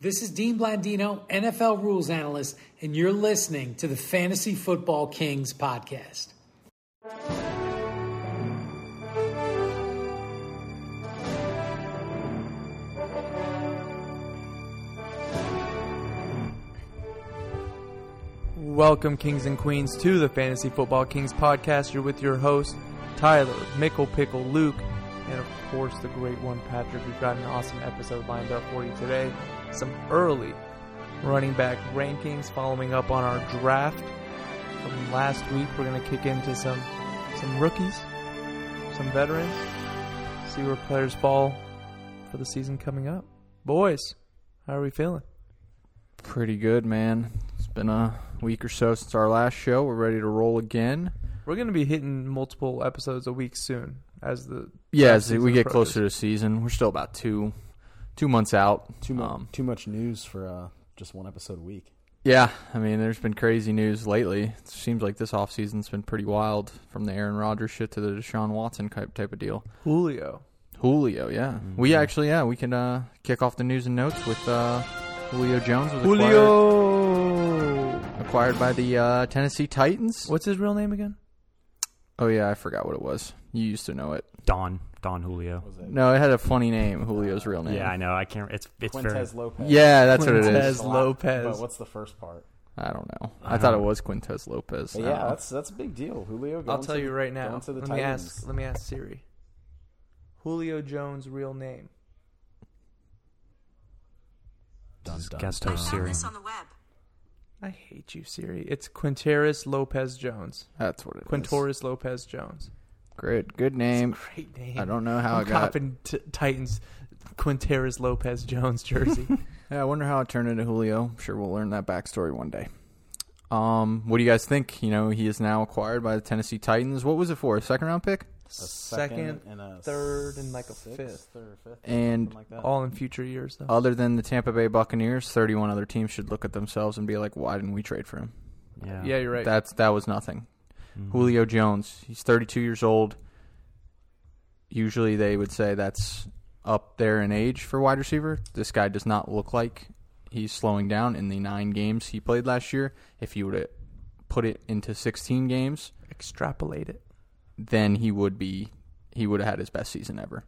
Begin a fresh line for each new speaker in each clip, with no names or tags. This is Dean Blandino, NFL rules analyst, and you're listening to the Fantasy Football Kings podcast.
Welcome, Kings and Queens, to the Fantasy Football Kings podcast. You're with your host, Tyler, Mickle Pickle, Luke, and of course, the great one, Patrick. We've got an awesome episode lined up for you today. Some early running back rankings following up on our draft from last week. We're going to kick into some, some rookies, some veterans, see where players fall for the season coming up. Boys, how are we feeling?
Pretty good, man. It's been a week or so since our last show. We're ready to roll again.
We're going to be hitting multiple episodes a week soon as the
Yeah,
draft
as
season
we get
approaches.
closer to season, we're still about two two months out.
Too much,
Um,
too much news for uh, just one episode a week.
Yeah, I mean, there's been crazy news lately. It seems like this offseason's been pretty wild, from the Aaron Rodgers shit to the Deshaun Watson type type of deal.
Julio.
Julio, yeah. We actually, yeah, we can uh, kick off the news and notes with uh, Julio Jones was
Julio.
acquired, acquired by the uh, Tennessee Titans.
What's his real name again?
Oh yeah, I forgot what it was. You used to know it.
Don Don Julio.
No, it had a funny name. Julio's real name.
Yeah, I know. I can't. It's it's very.
Quintez Lopez.
Yeah, that's what it
Quintez
is.
It's a lot,
Lopez.
But what's the first part?
I don't know. I, thought it was Quintus Lopez.
But
I don't
yeah,
know.
that's that's a big deal. Julio. Going
I'll tell
to,
you right now.
Going to the
let me
Titans.
ask. Let me ask Siri. Julio Jones' real name.
Guest
Oh,
host Siri.
this on the web.
I hate you, Siri. It's Quinteris Lopez Jones.
that's what it is.
Quintoris Lopez Jones.
Good, good name.
Great name.
I don't know how
I'm
it got.
copping t- Titans Quinteris Lopez Jones jersey.
Yeah, I wonder how it turned into Julio. I'm sure we'll learn that backstory one day. Um, what do you guys think? You know, he is now acquired by the Tennessee Titans. What was it for? A second round pick,
A
second,
and a
third, and like a
sixth,
fifth.
third, or fifth,
and
something like that.
All in future years, though.
other than the Tampa Bay Buccaneers, 31 other teams should look at themselves and be like, "Why didn't we trade for him?"
Yeah.
yeah, you're right.
That's that was nothing. Julio Jones, he's 32 years old. Usually they would say that's up there in age for wide receiver. This guy does not look like he's slowing down in the 9 games he played last year. If you were to put it into 16 games,
Extrapolate it.
then he would be he would have had his best season ever.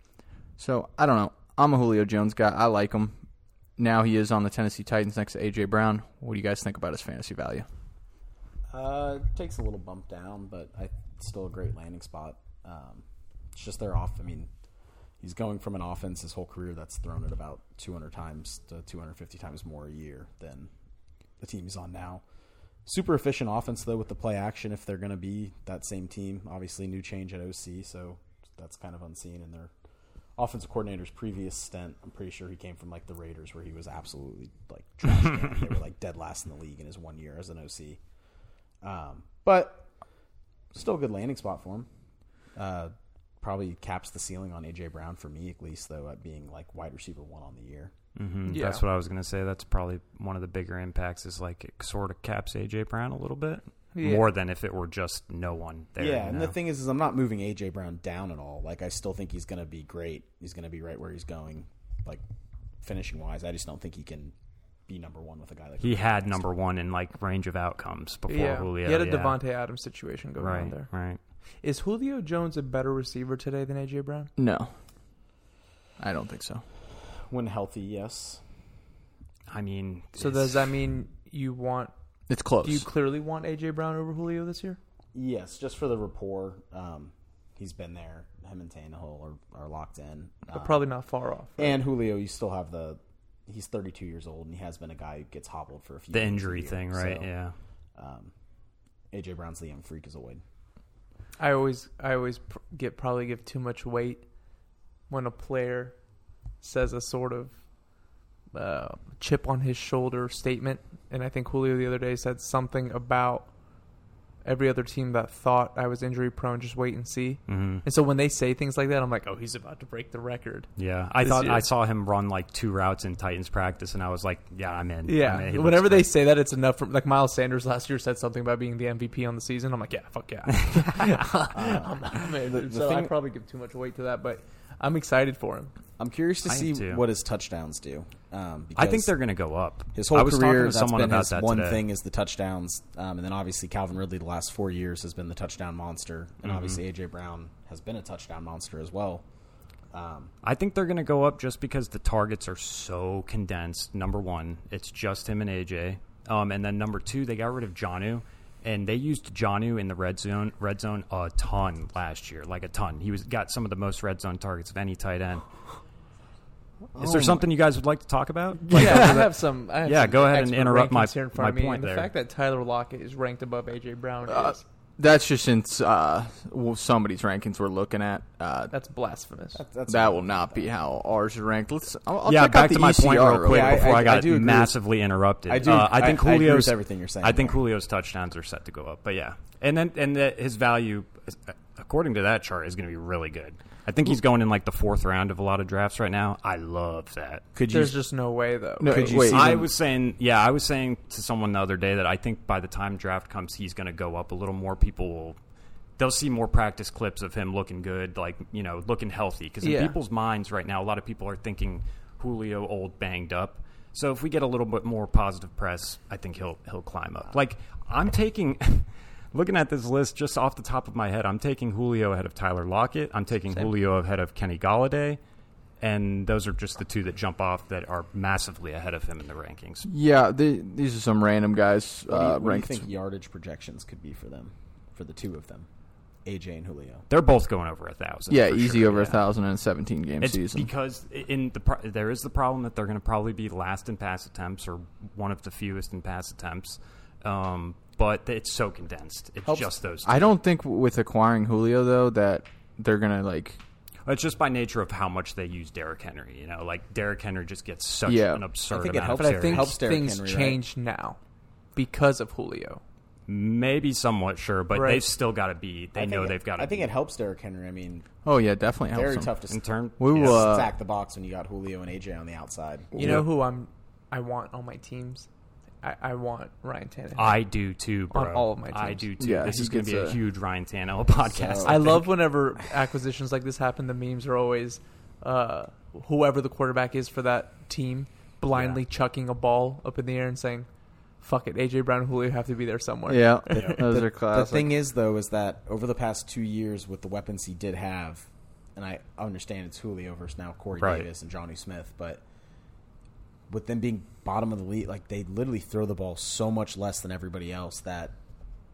So, I don't know. I'm a Julio Jones guy. I like him. Now he is on the Tennessee Titans next to AJ Brown. What do you guys think about his fantasy value?
Uh, it takes a little bump down, but I it's still a great landing spot. Um, it's just they're off. I mean, he's going from an offense his whole career that's thrown it about 200 times to 250 times more a year than the team he's on now. Super efficient offense though with the play action. If they're going to be that same team, obviously new change at OC, so that's kind of unseen in their offensive coordinator's previous stint. I'm pretty sure he came from like the Raiders where he was absolutely like trash can. they were like dead last in the league in his one year as an OC. Um, but still a good landing spot for him. Uh, probably caps the ceiling on AJ Brown for me at least, though, at being like wide receiver one on the year.
hmm
Yeah.
That's what I was gonna say. That's probably one of the bigger impacts. Is like it sort of caps AJ Brown a little bit
Yeah.
more than if it were just no one there.
yeah,
you
and
know?
the thing is, is I'm not moving AJ Brown down at all. Like I still think he's going to be great. He's going to be right where he's going, like finishing wise. I just don't think he can be number one with a guy like
he had number one in like range of outcomes before
Yeah.
Julio.
he had a
yeah.
Devonte Adams situation going on
Right.
there.
Right.
Is Julio Jones a better receiver today than AJ Brown?
No. I don't think so.
when healthy. Yes,
I mean.
So
it's-
does that mean you want?
It's close.
Do you clearly want AJ Brown over Julio this year?
yes, just for the rapport. Um, he's been there. Him and Tannehill are, are locked in.
But
Uh,
Um,
probably not far off.
And Julio, you still have the. He's 32 years old, and he has been a guy who gets hobbled for a few.
the
games a
injury
year.
thing? Right.
So,
Yeah.
Um, AJ Brown's the young freakazoid.
I always, I always pr- get probably give too much weight when a player says a sort of uh, chip on his shoulder statement. And I think Julio the other day said something about every other team that thought I was injury prone. Just wait and see.
hmm
And so when they say things like that, I'm like, oh, he's about to break the record.
Yeah, I
This
thought
year.
I saw him run like two routes in Titans practice, and I was like, "Yeah, I'm in."
Yeah.
I'm in. He looks
Whenever they
great.
say that, it's enough. From, like Miles Sanders last year said something about being the MVP on the season. I'm like, yeah, fuck yeah. I'm- I'm in.
the
so I
thing-
probably give too much weight to that, but I'm excited for him.
I'm curious to
I am
see
too.
what his touchdowns do. Um,
I think
because
they're going to go up.
his whole
I was
career.
talking to
that's
someone
been
about
his
that
one
today.
thing is the touchdowns, um, and then obviously Calvin Ridley the last four years has been the touchdown monster,
Mm-hmm.
and obviously AJ Brown has been a touchdown monster as well.
I think they're going to go up just because the targets are so condensed. Number one, it's just him and AJ. Um, and then number two, they got rid of Janu, and they used Janu in the red zone red zone a ton last year, like a ton. He was got some of the most red zone targets of any tight end. Is
Oh.
there something you guys would like to talk about? Like,
yeah, I have some. I have
Yeah,
some
go ahead and
expert
interrupt my-
rankings here in front of
my
me,
point
and the
there.
fact that Tyler Lockett is ranked above AJ Brown is
That's just since uh, well, somebody's rankings we're looking at. Uh,
that's blasphemous.
That's
that will not be how ours are ranked. Let's. I'll, I'll
yeah,
check out
back
the E
to my
ECR
E
point real quick
Yeah, I-
before I,
I- I
got
do agree with-
massively interrupted.
I do-
Uh, I
I-
think
I agree with
Julio's
everything you're saying
I think
there.
Julio's touchdowns are set to go up, but yeah, and then and the, his value, uh, according to that chart, is going to be really good. I think he's going in like the fourth round of a lot of drafts right now. I love that.
Could you
There's just no way though.
No,
Could you
wait,
see-
I
Even-
was saying, yeah, I was saying to someone the other day that I think by the time draft comes, he's going to go up a little more. People will, they'll see more practice clips of him looking good, like you know, looking healthy. Because in
Yeah.
people's minds right now, a lot of people are thinking Julio old, banged up. So if we get a little bit more positive press, I think he'll he'll climb up. Like I'm taking. Looking at this list just off the top of my head, I'm taking Julio ahead of Tyler Lockett. I'm taking Julio ahead of Kenny Galladay and those are just the two that jump off that are massively ahead of him in the rankings.
Yeah, the, these are some random guys
what do you,
uh,
what do you
ranked.
think yardage projections could be for them, for the two of them, AJ and Julio?
They're both going over a thousand.
yeah,
for
easy
sure,
over a
yeah.
thousand in a seventeen game
It's
season.
because i- in the pro- there is the problem that they're going to probably be last in pass attempts or one of the fewest in pass attempts, um, but it's so condensed. It's
Helps-
just those. Two.
I don't think w- with acquiring Julio though that they're gonna like.
it's just by nature of how much they use Derrick Henry. You know, like Derrick Henry just gets such
Yeah.
an absurd
I think it
amount.
helps
of
But I think
carries.
Helps Derrick
things
Henry, right?
change now because of Julio.
maybe somewhat sure, but
Right.
they've still got to be. They
I
know
think it-
they've got to.
I think it helps Derrick Henry. I mean,
Oh yeah, definitely helps.
very
them.
tough to
in turn.
We will. Uh,
sack the box when you got Julio and AJ on the outside.
You know who I'm? I want on my teams. I, I want Ryan Tannehill.
I do too, bro.
On all of my
I
teams.
do too.
Yeah,
this
he
is going to
gets
be a,
a-
huge Ryan Tannehill podcast.
So-
I love whenever acquisitions like this happen. The memes are always uh, whoever the quarterback is for that team blindly
Yeah.
chucking a ball up in the air and saying, "Fuck it, AJ Brown and Julio have to be there somewhere."
Yeah, those are
The
classic.
thing is, though, is that over the past two years, with the weapons he did have, and I understand it's Julio versus now Corey
Right.
Davis and Johnny Smith, but with them being bottom of the league, like they literally throw the ball so much less than everybody else that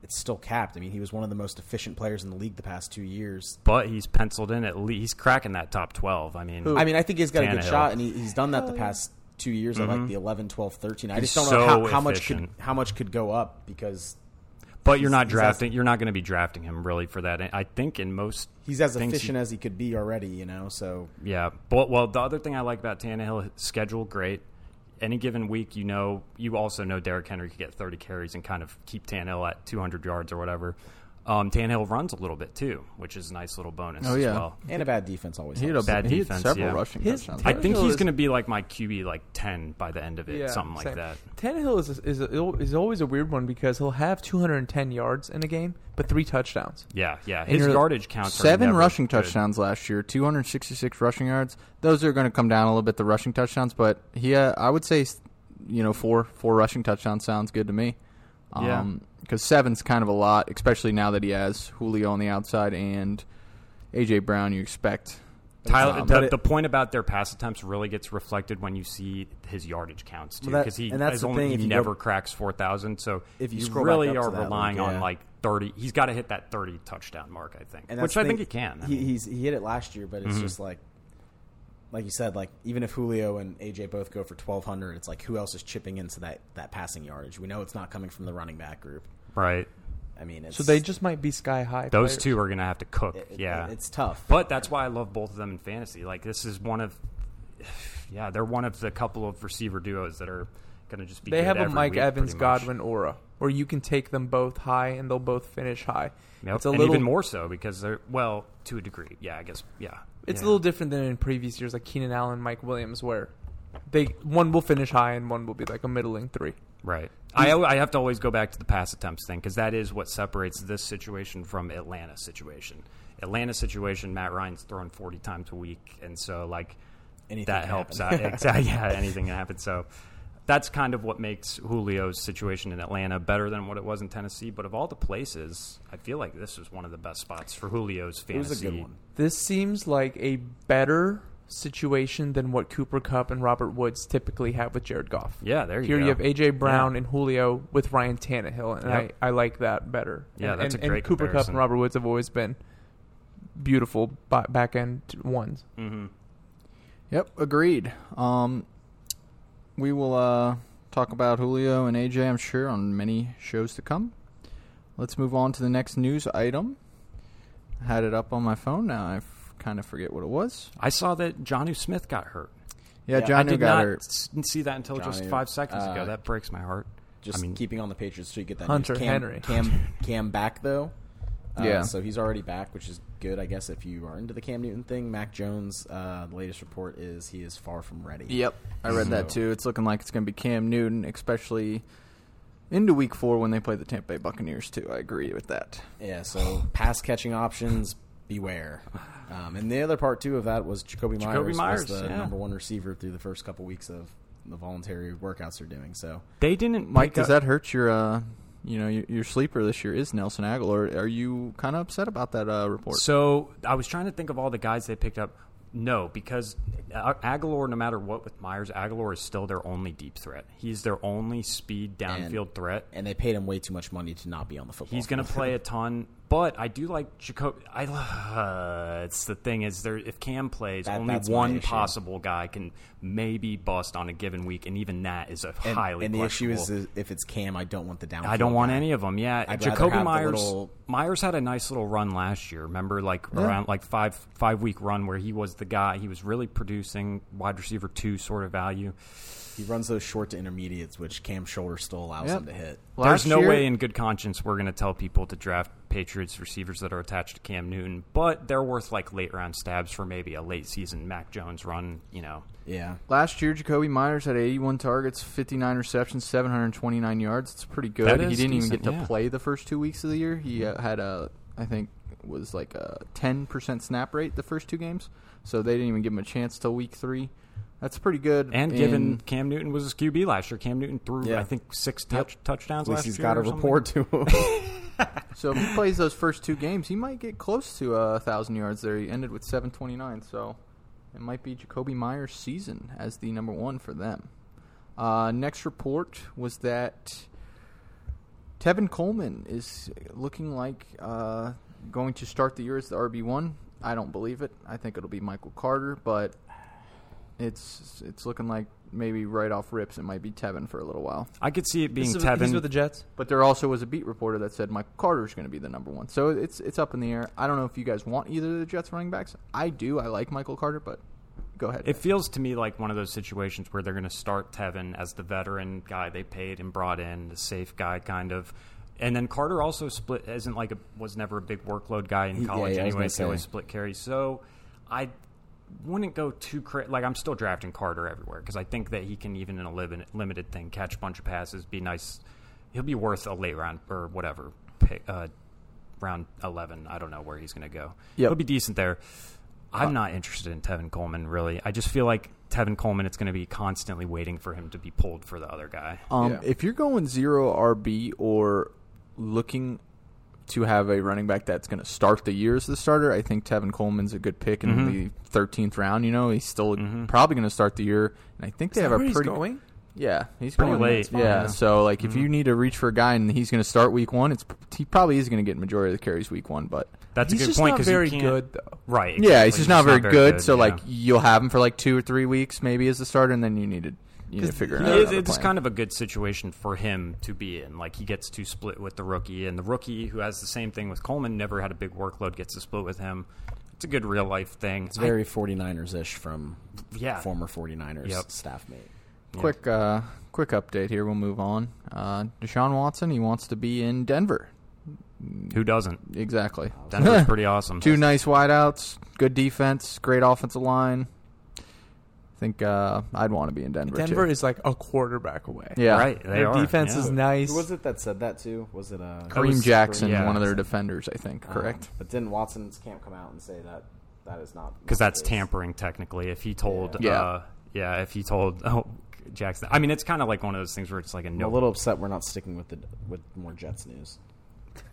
it's still capped. I mean, he was one of the most efficient players in the league the past two years.
but he's penciled in at least. He's cracking that top 12. I mean,
I mean, I think he's got a
Tannehill.
good shot, and he, he's done that the past two years at like the 11, 12, 13. I just don't know
so
how, how much could
efficient.
how much could go up because
but you're not
he's- he's
drafting. You're not going to be drafting him really for that. I think in most
he's as
things
efficient
you-
as he could be already. You know, so
Yeah. But, well, the other thing I like about Tannehill, his schedule, great. Any given week, you know, you also know Derrick Henry could get 30 carries and kind of keep Tannehill at 200 yards or whatever. Um, Tannehill runs a little bit too, which is a nice little bonus
Oh,
as
yeah.
well.
and a bad defense always.
he had a
helps.
Bad
he had
defense,
several
yeah.
rushing
His-
touchdowns.
I think
Tannehill
he's
is-
going to be like my QB, like 10 by the end of it, something like
same.
that.
Tannehill is is is always a weird one because he'll have 210 yards in a game, but three touchdowns.
Yeah, yeah.
And
His
you're-
yardage counts are
Seven
never
rushing
good.
touchdowns last year, 266 rushing yards. Those are going to come down a little bit, the rushing touchdowns, but he, uh, I would say, you know, four four rushing touchdowns sounds good to me.
Yeah.
Because seven's kind of a lot, especially now that he has Julio on the outside and A.J. Brown, you expect.
Tyler,
Um,
the,
but it-
the point about their pass attempts really gets reflected when you see his yardage counts too,
Well, that-
because he
and that's
is
the
only
thing, if
he
you go-
never cracks four thousand. So
If you scroll back
really
up to
are
that
relying
link,
on
yeah.
like thirty, he's got to hit that thirty touchdown mark, I think,
And
which
that's
I
the
think he
thing.
can. I
He,
mean, Mm-hmm.
he's he hit it last year, but it's just like, like you said, like even if Julio and AJ both go for twelve hundred, it's like who else is chipping into that that passing yardage? We know it's not coming from the running back group.
right?
I mean, it's,
So they just might be sky high.
Those
players.
two are going to have to cook.
it- it-
yeah,
it's tough.
But that's why I love both of them in fantasy. Like this is one of, yeah, they're one of the couple of receiver duos that are going to just be.
They
good
have a
every
Mike
week,
Evans
pretty much.
Godwin aura where you can take them both high and they'll both finish high.
Yep.
It's a
and
little
even more so because they're well to a degree. Yeah, I guess. Yeah,
It's
Yeah.
a little different than in previous years, like Keenan Allen, Mike Williams, where they one will finish high and one will be like a middling three.
Right. I, al- I have to always go back to the pass attempts thing because that is what separates this situation from Atlanta situation. Atlanta situation, Matt Ryan's thrown 40 times a week, and so like
Anything
that
can
helps out.
happen.
exactly, yeah, anything can happen. So that's kind of what makes Julio's situation in Atlanta better than what it was in Tennessee. But of all the places, I feel like this was one of the best spots for Julio's
It
fantasy.
was a good one.
This seems like a better situation than what Cooper Cup and Robert Woods typically have with Jared Goff.
Yeah, there you
Here
go.
you have AJ Brown
Yeah.
and Julio with Ryan Tannehill, and
Yep.
I, I like that better.
Yeah,
and,
that's
and,
a
And
great
Cooper Cup
comparison.
and Robert Woods have always been beautiful ba- back end ones.
Yep, agreed. Um, we will uh, talk about Julio and AJ, I'm sure, on many shows to come. Let's move on to the next news item. I had it up on my phone now. I f- kind of forget what it was.
I saw that Johnu Smith got hurt.
Yeah,
Yeah, I
John
I did
got
not
hurt.
s- see that until just
Johnny,
five seconds
uh,
ago. That breaks my heart.
Just
I mean,
keeping on the Patriots, so you get that
Hunter
news. Cam,
Henry.
Cam Cam back though. Uh,
Yeah.
So he's already back, which is good, I guess. If you are into the Cam Newton thing, Mac Jones. Uh, the latest report is he is far from ready.
Yep, I read that
So-
too. It's looking like it's going to be Cam Newton, especially into Week Four when they play the Tampa Bay Buccaneers too. I agree with that.
Yeah. So pass catching options, beware. Um, and the other part too of that was Jacoby Myers,
Jacoby
was
Myers,
the
yeah.
number one receiver through the first couple weeks of the voluntary workouts they're doing. So
they didn't.
Mike,
pick
does
up-
that hurt your? Uh, you know, your, your sleeper this year is Nelson Aguilar. Are you kind of upset about that uh, report?
So I was trying to think of all the guys they picked up. No, because A- Aguilar, no matter what with Myers, Aguilar is still their only deep threat. He's their only speed
And-
downfield threat.
and they paid him way too much money to not be on the football.
He's going
field.
to play a ton, but I do like Jacob. I uh, it's the thing is there if Cam plays,
That-
only
that's my
one
issue.
possible guy can maybe bust on a given week, and even that is a
And,
highly.
and the issue is
questionable.
that if it's Cam, I don't want the down.
I don't want any of them. Yeah,
I'd rather
Jacoby
have the
Myers.
little-
Myers had a nice little run last year. Remember, like around like five five week run where he was the guy. He was really producing wide receiver two sort of value.
He runs those short to intermediates, which Cam Shoulder still allows
Yep.
him to hit.
Last
There's no
year-
way in good conscience we're going to tell people to draft Patriots receivers that are attached to Cam Newton, but they're worth like late round stabs for maybe a late season Mac Jones run. You know,
Yeah.
Last year, Jacoby Myers had 81 targets, 59 receptions, 729 yards. It's pretty good.
That
He
is
didn't
decent,
even get to
yeah.
play the first two weeks of the year. He uh, had a, I think, was like a 10% snap rate the first two games. So they didn't even give him a chance till week three. That's pretty good.
and given Cam Newton was his QB last year, Cam Newton threw
Yeah.
I think six touch, touchdowns
At least
last
he's
year.
got a
or something.
report to him.
so if he plays those first two games, he might get close to a thousand yards there. He ended with 729, so it might be Jacoby Myers' season as the number one for them. Uh, next report was that Tevin Coleman is looking like uh, going to start the year as the RB one. I don't believe it. I think it'll be Michael Carter, but it's it's looking like maybe right off rips it might be Tevin for a little while.
I could see it being
This is-
Tevin.
He's with the Jets.
But there also was a beat reporter that said Mike Carter's going to be the number one. So it's it's up in the air. I don't know if you guys want either of the Jets running backs. I do. I like Michael Carter, but go ahead.
It feels to me like one of those situations where they're going to start Tevin as the veteran guy they paid and brought in, the safe guy kind of. And then Carter also split isn't like a was never a big workload guy in
Yeah,
college
yeah, I was
anyway,
gonna
so he
say.
split carries. So I wouldn't go too cra- like I'm still drafting Carter everywhere because I think that he can even in a lim- limited thing catch a bunch of passes, be nice. He'll be worth a late round or whatever pick, uh, round eleven. I don't know where he's going to go.
Yep. Uh,
He'll be decent there. I'm not interested in Tevin Coleman really. I just feel like Tevin Coleman. It's going to be constantly waiting for him to be pulled for the other guy.
Um,
Yeah.
If you're going zero RB or looking to have a running back that's going to start the year as the starter, I think Tevin Coleman's a good pick in the 13th round. You know, he's still probably going to start the year, and I think they have a
Where he's
pretty
going?
Yeah, he's
Pretty
going
late.
that's fine, Yeah, Mm-hmm.
Yeah.
so like if you need to reach for a guy and he's going to start week one, it's he probably is going to get majority of the carries week one, but
That's
He's
a good
just
point
not
because
very good, though.
Right.
yeah,
exactly.
he's just not very, good, So
yeah.
like you'll have him for like two or three weeks maybe as the starter, and then you need to you need to figure out.
It is-
another
it's
plan.
kind of a good situation for him to be in. Like he gets to split with the rookie, and the rookie who has the same thing with Coleman never had a big workload gets to split with him. It's a good real life thing.
It's very 49ers ish from
Yeah.
former 49ers
Yep.
staff mate.
Quick, uh, quick update here. We'll move on. Uh, Deshaun Watson, he wants to be in Denver.
who doesn't?
Exactly.
Denver's pretty awesome.
Two nice wideouts, good defense, great offensive line. I think uh, I'd want to be in Denver.
Denver
too.
is like a quarterback away.
yeah,
Right. They
Their
are,
defense
yeah.
is nice.
Who was it that said that too? Was it uh, Um,
That was-
Kareem Jackson,
yeah. Um,
one of their defenders, I think. Correct.
But didn't Watson's camp come out and say that that is not
because that's
the case?
tampering technically. If he told, yeah,
Yeah.
uh, yeah if he told oh, Jackson, I mean, it's kind of like one of those things where it's like a
I'm
no.
a little upset we're not sticking with the with more Jets news.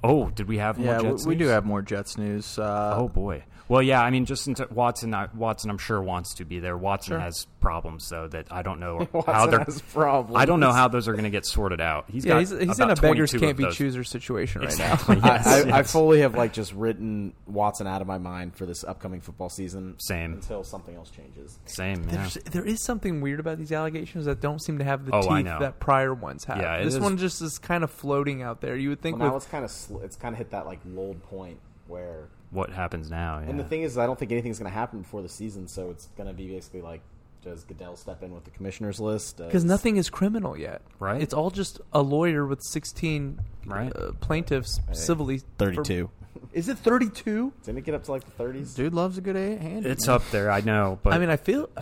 oh, did we have more
yeah, we,
Jets
we do
news?
have more Jets news. Uh,
Oh boy. Well, yeah. I mean, just into Watson. I, Watson, I'm sure wants to be there. Watson has problems though that I don't know how
Watson
they're.
has problems.
I don't know how those are going to get sorted out. He's
yeah,
got
he's, he's in
about
a beggars
22 of
can't be
those.
choosers situation right
Exactly,
now.
yes,
I, I,
yes.
I fully have like just written Watson out of my mind for this upcoming football season.
Same.
until something else changes.
Same. Yeah.
There's, there is something weird about these allegations that don't seem to have the
Oh, I
teeth
know.
that prior ones had.
Yeah, it
this
is-
one just is kind of floating out there. You would think
Well, now
with
it's kind of sl- it's kind of hit that like lulled point where,
What happens now? Yeah.
and the thing is, I don't think anything's going to happen before the season, so it's going to be basically like, does Goodell step in with the commissioner's list?
because
Does-
nothing is criminal yet.
Right.
It's all just a lawyer with sixteen
Right.
uh, plaintiffs civilly. for-
Thirty-two.
is it thirty-two?
Didn't it get up to like the thirties?
dude loves a good a- hand.
it's up there. I know, but uh,
I mean, I feel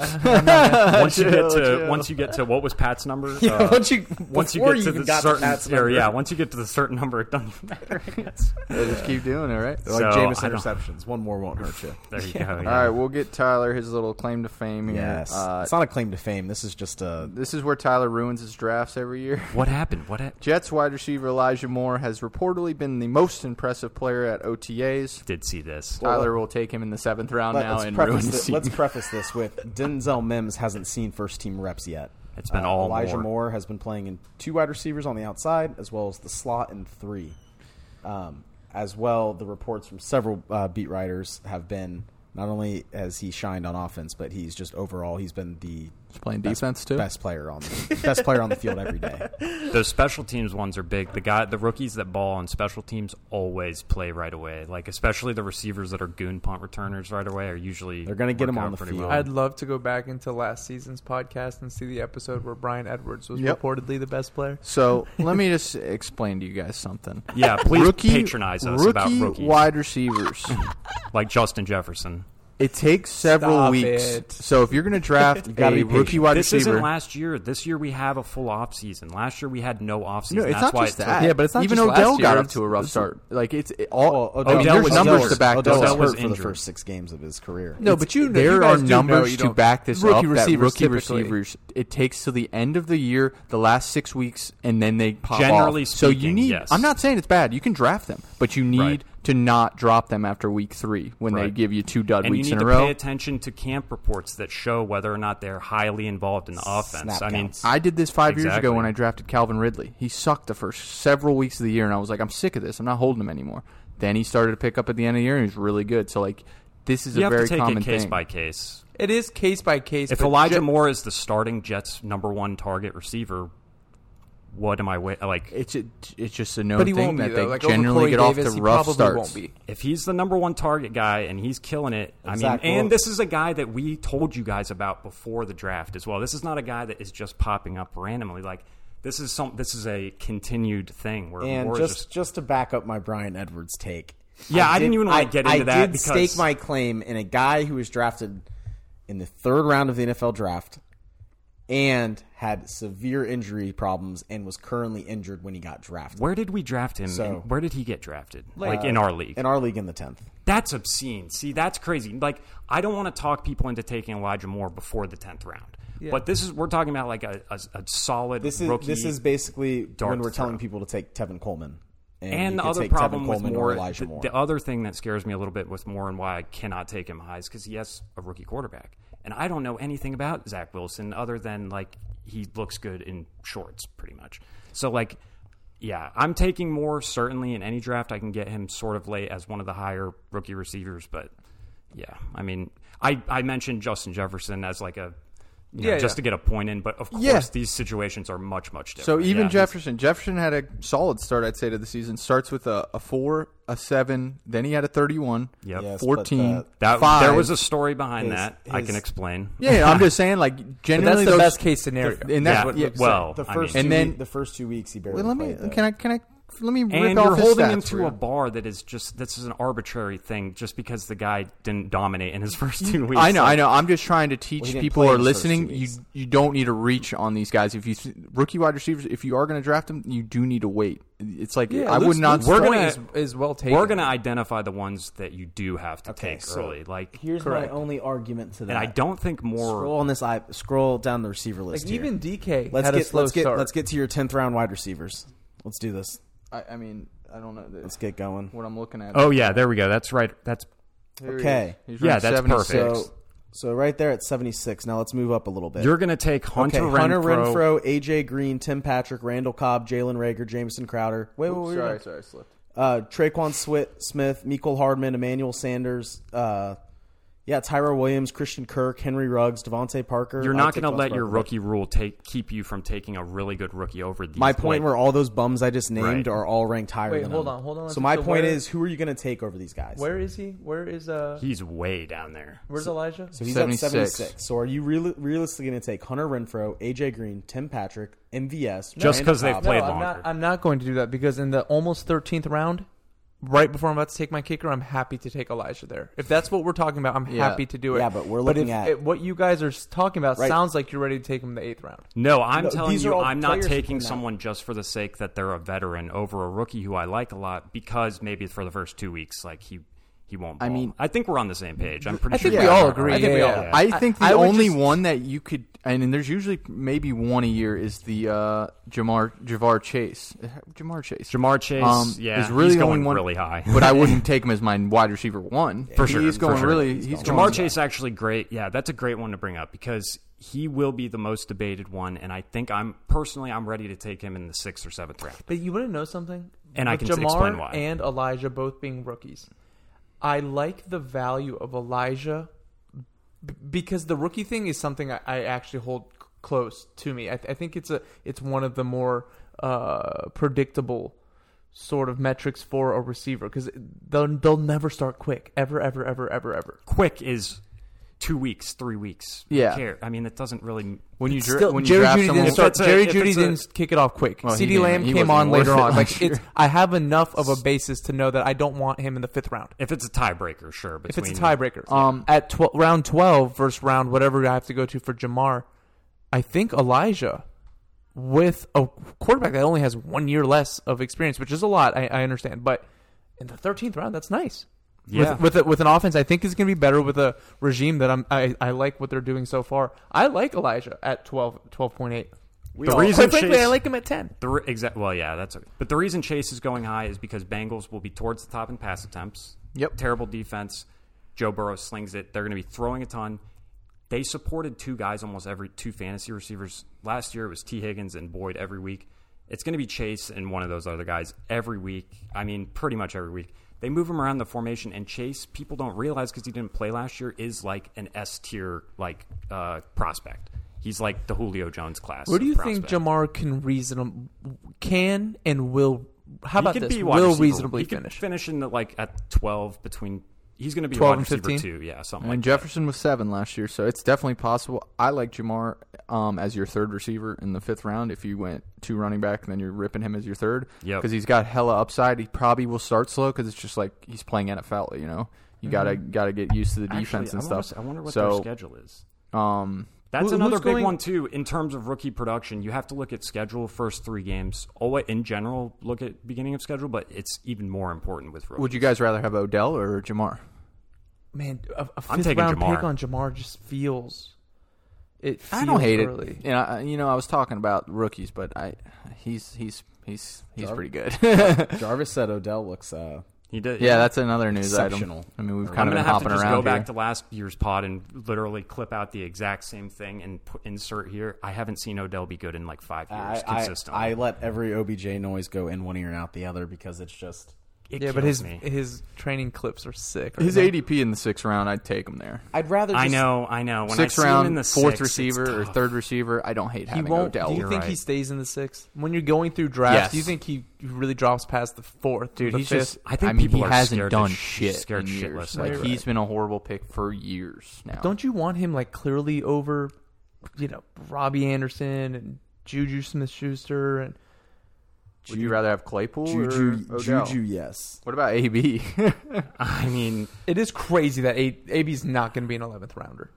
once you get to
chill.
once you get to what was Pat's number?
Yeah,
Uh,
once you-
once you
before
get
you
to
even
the
got to
certain
Pat's
or, yeah,
number.
once you get to the certain number, it doesn't matter. I guess.
They just keep doing it, right?
So,
like Jameis
I don't-
interceptions. One more won't hurt you.
There you go.
All right, we'll get Tyler his little claim to fame here.
Yes,
Uh,
it's not a claim to fame. This is just a
this is where Tyler ruins his drafts every year.
What happened? What hap-
Jets wide receiver Elijah Moore has reportedly been the most impressive player at OTAs.
did see this?
Tyler will take him in the seventh round
Let-
now
let's,
and ruin
preface
his
this,
season.
let's preface this with Denzel Mims hasn't seen first team reps yet. Uh,
It's been all
Elijah
Moore.
Moore. has been playing in two wide receivers on the outside, as well as the slot and three. Um, as well, the reports from several uh, beat writers have been not only has he shined on offense, but he's just overall he's been the
playing
best-
defense, too?
Best player on the best player on the field every day.
Those special teams ones are big. The guy, the rookies that ball on special teams always play right away. Like especially the receivers that are goon punt returners right away are usually
They're gonna get
work
them on
out
the
pretty
field.
well.
I'd love to go back into last season's podcast and see the episode where Brian Edwards was
Yep.
reportedly the best player.
So let me just explain to you guys something.
yeah, please
rookie,
patronize us
rookie
about rookies
wide receivers.
like Justin Jefferson.
it takes several
Stop
weeks.
it.
So if you're going to draft
gotta
a
be
rookie
patient.
wide
This
receiver,
isn't last year. This year we have a full off season. Last year we had no off
No,
season.
it's
That's
not
why
just
it took-
that.
Yeah, but it's not
even
just
Odell
last
got
year,
up to a
it's-
rough
it's-
start. Like it's it, all.
Well,
I mean,
Odell
there's
was
Oh, numbers
injured.
to back
Odell
this
was
up.
was hurt for the
injured.
first six games of his career.
No, but you know,
there
you
are
guys do know
numbers
you
to
don't-
back this
rookie
up. that
receivers
rookie
typically.
receivers, it takes till the end of the year, the last six weeks, and then they pop
Generally
off. so you
speaking,
need.
yes.
I'm not saying it's bad. You can draft them, but you need
Right.
to not drop them after week three when they
Right.
give you two dud
and
weeks
you need
in a
to
row.
pay attention to camp reports that show whether or not they're highly involved in the offense.
Snap
I mean,
counts.
I did this five years ago
Exactly.
when I drafted Calvin Ridley. He sucked the first several weeks of the year, and I was like, I'm sick of this. I'm not holding him anymore. Then he started to pick up at the end of the year, and he was really good. So like, this is a
you have
very
to take
common
it case
thing.
by case.
It is case by case.
If
but
Elijah
Je-
Moore is the starting Jets number one target receiver, what am I wait like?
It's a, it's just a known
but he
thing
won't be
that
though.
they
Like over
generally
Corey
get
Davis,
off to
he
rough
probably
starts.
won't be.
if he's the number one target guy and he's killing it, I mean,
Zach
and
Wilson.
this is a guy that we told you guys about before the draft as well. This is not a guy that is just popping up randomly. Like this is some this is a continued thing where
And
Moore is
just,
just
just to back up my Brian Edwards take.
Yeah, I didn't even wanna
I-
get into
I
that
did
because-
stake my claim in a guy who was drafted in the third round of the NFL draft and had severe injury problems and was currently injured when he got drafted.
where did we draft him?
So-
and where did he get drafted? Like, in our league.
in our league in the tenth?
That's obscene. See, that's crazy. Like, I don't want to talk people into taking Elijah Moore before the tenth round. But this is we're talking about like a, a, a solid
This is
rookie.
this is basically when we're
throw.
telling people to take Tevin Coleman.
and
you
the
could
other
take
problem
Tevin
with
Coleman or
Moore,
Elijah
the,
Moore.
the other thing that scares me a little bit with Moore and why I cannot take him high is because he has a rookie quarterback, and I don't know anything about Zach Wilson other than like he looks good in shorts, pretty much. So like, yeah, I'm taking Moore certainly in any draft I can get him sort of late as one of the higher rookie receivers, but yeah, I mean, I I mentioned Justin Jefferson as like a. You know,
Yeah,
just
yeah.
to get a point in, but of course
Yeah.
these situations are much much
So
different.
even
Yeah.
Jefferson, Jefferson had a solid start, I'd say, to the season. Starts with a, a four, a seven, then he had a thirty-one,
Yep.
but
Yes,
fourteen,
that-
that
five.
there was a story behind
His-
that I
his-
can explain.
yeah. I'm just saying, like generally,
the
those-
best case scenario.
and that's
Yeah,
what.
well,
the
I
first
mean-
And
two
then-
we- the first two weeks he barely
Wait, let me.
played, though.
Can I? Can I? let me rip
and
off
you're
his
holding
stats
him
for
to a
you.
bar that is just this is an arbitrary thing just because the guy didn't dominate in his first two weeks.
I know,
Like,
I know. I'm just trying to
Well,
teach
he didn't
people
play
who are
his first two
listening. You
weeks.
you don't need to reach on these guys. If you rookie wide receivers, if you are going to draft them, you do need to wait. It's like I would not.
Luke's-
We're
We're
gonna
gonna-
is, is well taken.
We're gonna identify the ones that you do have to
Okay,
take
so
early. Like,
Here's
Correct.
my only argument to that.
and I don't think more.
scroll on this. I scroll down the receiver
like
list. here.
even DK
let's
had
get
a slow
let's get
start.
let's get to your tenth round wide receivers. Let's do this.
I, I mean, I don't know the-
Let's get going.
what I'm looking at.
Oh yeah, there we go. That's right. That's
Here he
okay.
is. He's
Yeah,
ranked
that's
76.
perfect.
So so right there at seventy six. Now let's move up a little bit.
you're gonna take Hunter,
okay,
Renfro.
Hunter Renfro, AJ Green, Tim Patrick, Randall Cobb, Jalen Rager, Jameson Crowder. Wait, wait, wait.
Sorry,
wait.
sorry, I slipped.
Uh, Traquan Swit, Smith, Mikel Hardman, Emmanuel Sanders. Uh, yeah, Tyra Williams, Christian Kirk, Henry Ruggs, Devontae Parker.
You're
I'll
not
take
gonna
Devontae
let your
Parker.
rookie rule take keep you from taking a really good rookie over these.
My point
like,
where all those bums I just named
Right.
are all ranked higher.
Wait,
than
hold
him.
on, hold on.
So my
So
point
where-
is, who are you going to take over these guys?
Where is he? Where is uh?
he's way down there.
Where's Elijah?
So he's
76.
at 76. So are you real, realistically going to take Hunter Renfro, AJ Green, Tim Patrick, MVS?
Just
Randall
'cause they've
Cobb?
played
I'm
longer.
not. I'm not going to do that because in the almost thirteenth round, right before I'm about to take my kicker, I'm happy to take Elijah there. If that's what we're talking about, I'm
Yeah.
happy to do it.
Yeah, but we're
if,
looking at-
it- what you guys are s- talking about.
Right.
Sounds like you're ready to take him the eighth round.
No, I'm
No,
telling
these are
you,
all
I'm not
players who
taking
came out.
someone just for the sake that they're a veteran over a rookie who I like a lot because maybe for the first two weeks, like he he won't.
I
ball.
mean-
I think we're on the same page. I'm pretty
I
sure
think we
we're
all
on-
agree.
I think
Yeah,
we all
yeah,
agree.
yeah.
I think the
I- I would
only
just-
one that you could, and, and there's usually maybe one a year, is the uh, Jamar Javar Chase. Uh, Jamar Chase.
Jamar Chase,
Um,
yeah,
is really
he's
the only
going
one-
really high.
but I wouldn't take him as my wide receiver one
For sure,
He's
for
going
sure.
really. He's
Jamar
going,
Chase is actually great. Yeah, that's a great one to bring up because he will be the most debated one, and I think I'm personally I'm ready to take him in the sixth or seventh round.
But you want to know something?
And I
With
can
Jamar
explain why.
And Elijah both being rookies, I like the value of Elijah b- because the rookie thing is something I, I actually hold c- close to me. I, th- I think it's a it's one of the more uh, predictable sort of metrics for a receiver because they'll they'll never start quick ever ever ever ever ever.
Quick is two weeks, three weeks. Who
Yeah.
care? I mean it doesn't really.
When you, dra-
Still,
when you
Jerry
draft
Judy
someone,
didn't start.
If it's a-
Jerry
if
Judy
it's a-
didn't kick it off quick.
Well, he
CD
didn't.
Lamb
He
came
wasn't
on
worth
later
it
on. Like
last
it's,
year.
I have enough of a basis to know that I don't want him in the fifth round.
If it's a tiebreaker, sure.
If it's a
between-
tiebreaker,
Um,
at tw- round twelve versus round whatever I have to go to for Jamar, I think Elijah, with a quarterback that only has one year less of experience, which is a lot, I, I understand. But in the thirteenth round, that's nice.
Yeah.
With with, a, with an offense, I think is going to be better with a regime that I'm. I, I like what they're doing so far. I like Elijah at 12, 12.8.
The reason
Quite frankly,
Chase-
I like him at ten.
The re- exact well, yeah, that's okay. But the reason Chase is going high is because Bengals will be towards the top in pass attempts.
Yep.
terrible defense. Joe Burrow slings it. They're going to be throwing a ton. They supported two guys almost every two fantasy receivers last year. It was T Higgins and Boyd every week. It's going to be Chase and one of those other guys every week. I mean, pretty much every week. They move him around the formation, and Chase, people don't realize because he didn't play last year, is like an S tier like uh, prospect. He's like the Julio Jones class.
Where do
of
you think
prospect.
Jamar can reason can and will? How
He
about
could
this?
be wide
Will
receiver.
reasonably
he could
finish.
Finish in the, like at twelve between. He's going to be
12
wide
and
receiver
15?
two, yeah, something
and
like
Jefferson was seven last year, so it's definitely possible. I like Jamar um, as your third receiver in the fifth round. If you went two running back, then you're ripping him as your third
Yep.
because he's got hella upside. He probably will start slow because it's just like he's playing NFL. You know,
Mm-hmm.
you gotta gotta get used to the
that.
defense
Actually,
and
I wonder,
stuff.
I wonder what their
so
schedule is.
um,
That's
Who-
another
who's
big
going-
one too. In terms of rookie production, you have to look at schedule first three games. Always in general, look at beginning of schedule, but it's even more important with rookie.
would you guys rather have Odell or Jamar?
Man, a, a
I'm
fifth
taking
round
Jamar.
pick on Jamar just feels. It. Feels
I don't hate
early.
it. You know, I, you know, I was talking about rookies, but I he's he's he's he's
Jarvis?
pretty good.
Jarvis said Odell looks. Uh,
He did,
yeah, that's another news item.
Exceptional.
I mean, we've
I'm
kind
I'm
of been
gonna have to
hopping
just
around.
go back
here.
to last year's pod and literally clip out the exact same thing and put, insert here. I haven't seen Odell be good in like five
I,
years
I,
consistently.
I let every OBJ noise go in one ear and out the other because it's just.
It
Yeah, but
kills
his
me.
his training clips are sick. right
His
now.
ADP in the sixth round, I'd take him there.
I'd rather. Just,
I know, I know. When
sixth
I see him
round,
in the
fourth
sixth, it's
receiver or
tough.
third receiver, I don't hate
He
having
won't.
Odell.
Do you
You're
think he
right.
stays in the sixth when you're going through drafts?
Yes.
Do you think he really drops past the fourth?
Dude,
the
he's
fifth?
just.
I think
I mean,
people
he
are
hasn't
scared
done
to sh-
shit. in
scared
years.
shitless of
Like
him.
he's been a horrible pick for years now.
Don't you want him like clearly over, you know, Robbie Anderson and Juju Smith Schuster and
Would you rather have Claypool
Juju,
or Odell?
Juju, yes.
What about AB?
I mean,
It is crazy that A- AB's not going to be an 11th rounder.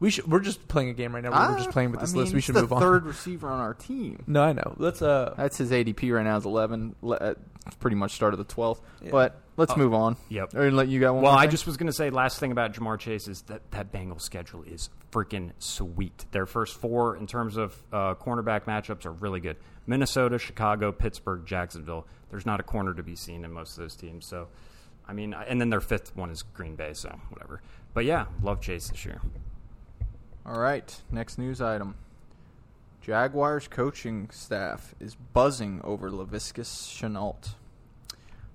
We should. We're just playing a game right now. Where we're just playing with this
I mean,
list. We
he's
should
the
move on.
Third receiver on our team.
No, I know. Let's uh.
That's his ADP right now is 11. Le- uh, Pretty much started the 12th. But let's move on.
yep.
Or let you got one.
well,
more
I
thing?
just was going to say last thing about Jamar Chase is that that Bengals schedule is freaking sweet. Their first four in terms of uh, cornerback matchups are really good. Minnesota, Chicago, Pittsburgh, Jacksonville. There's not a corner to be seen in most of those teams. So, I mean, I- and then their fifth one is Green Bay. So whatever. But yeah, love Chase this year.
All right. Next news item. Jaguars coaching staff is buzzing over LaVisca Chenault.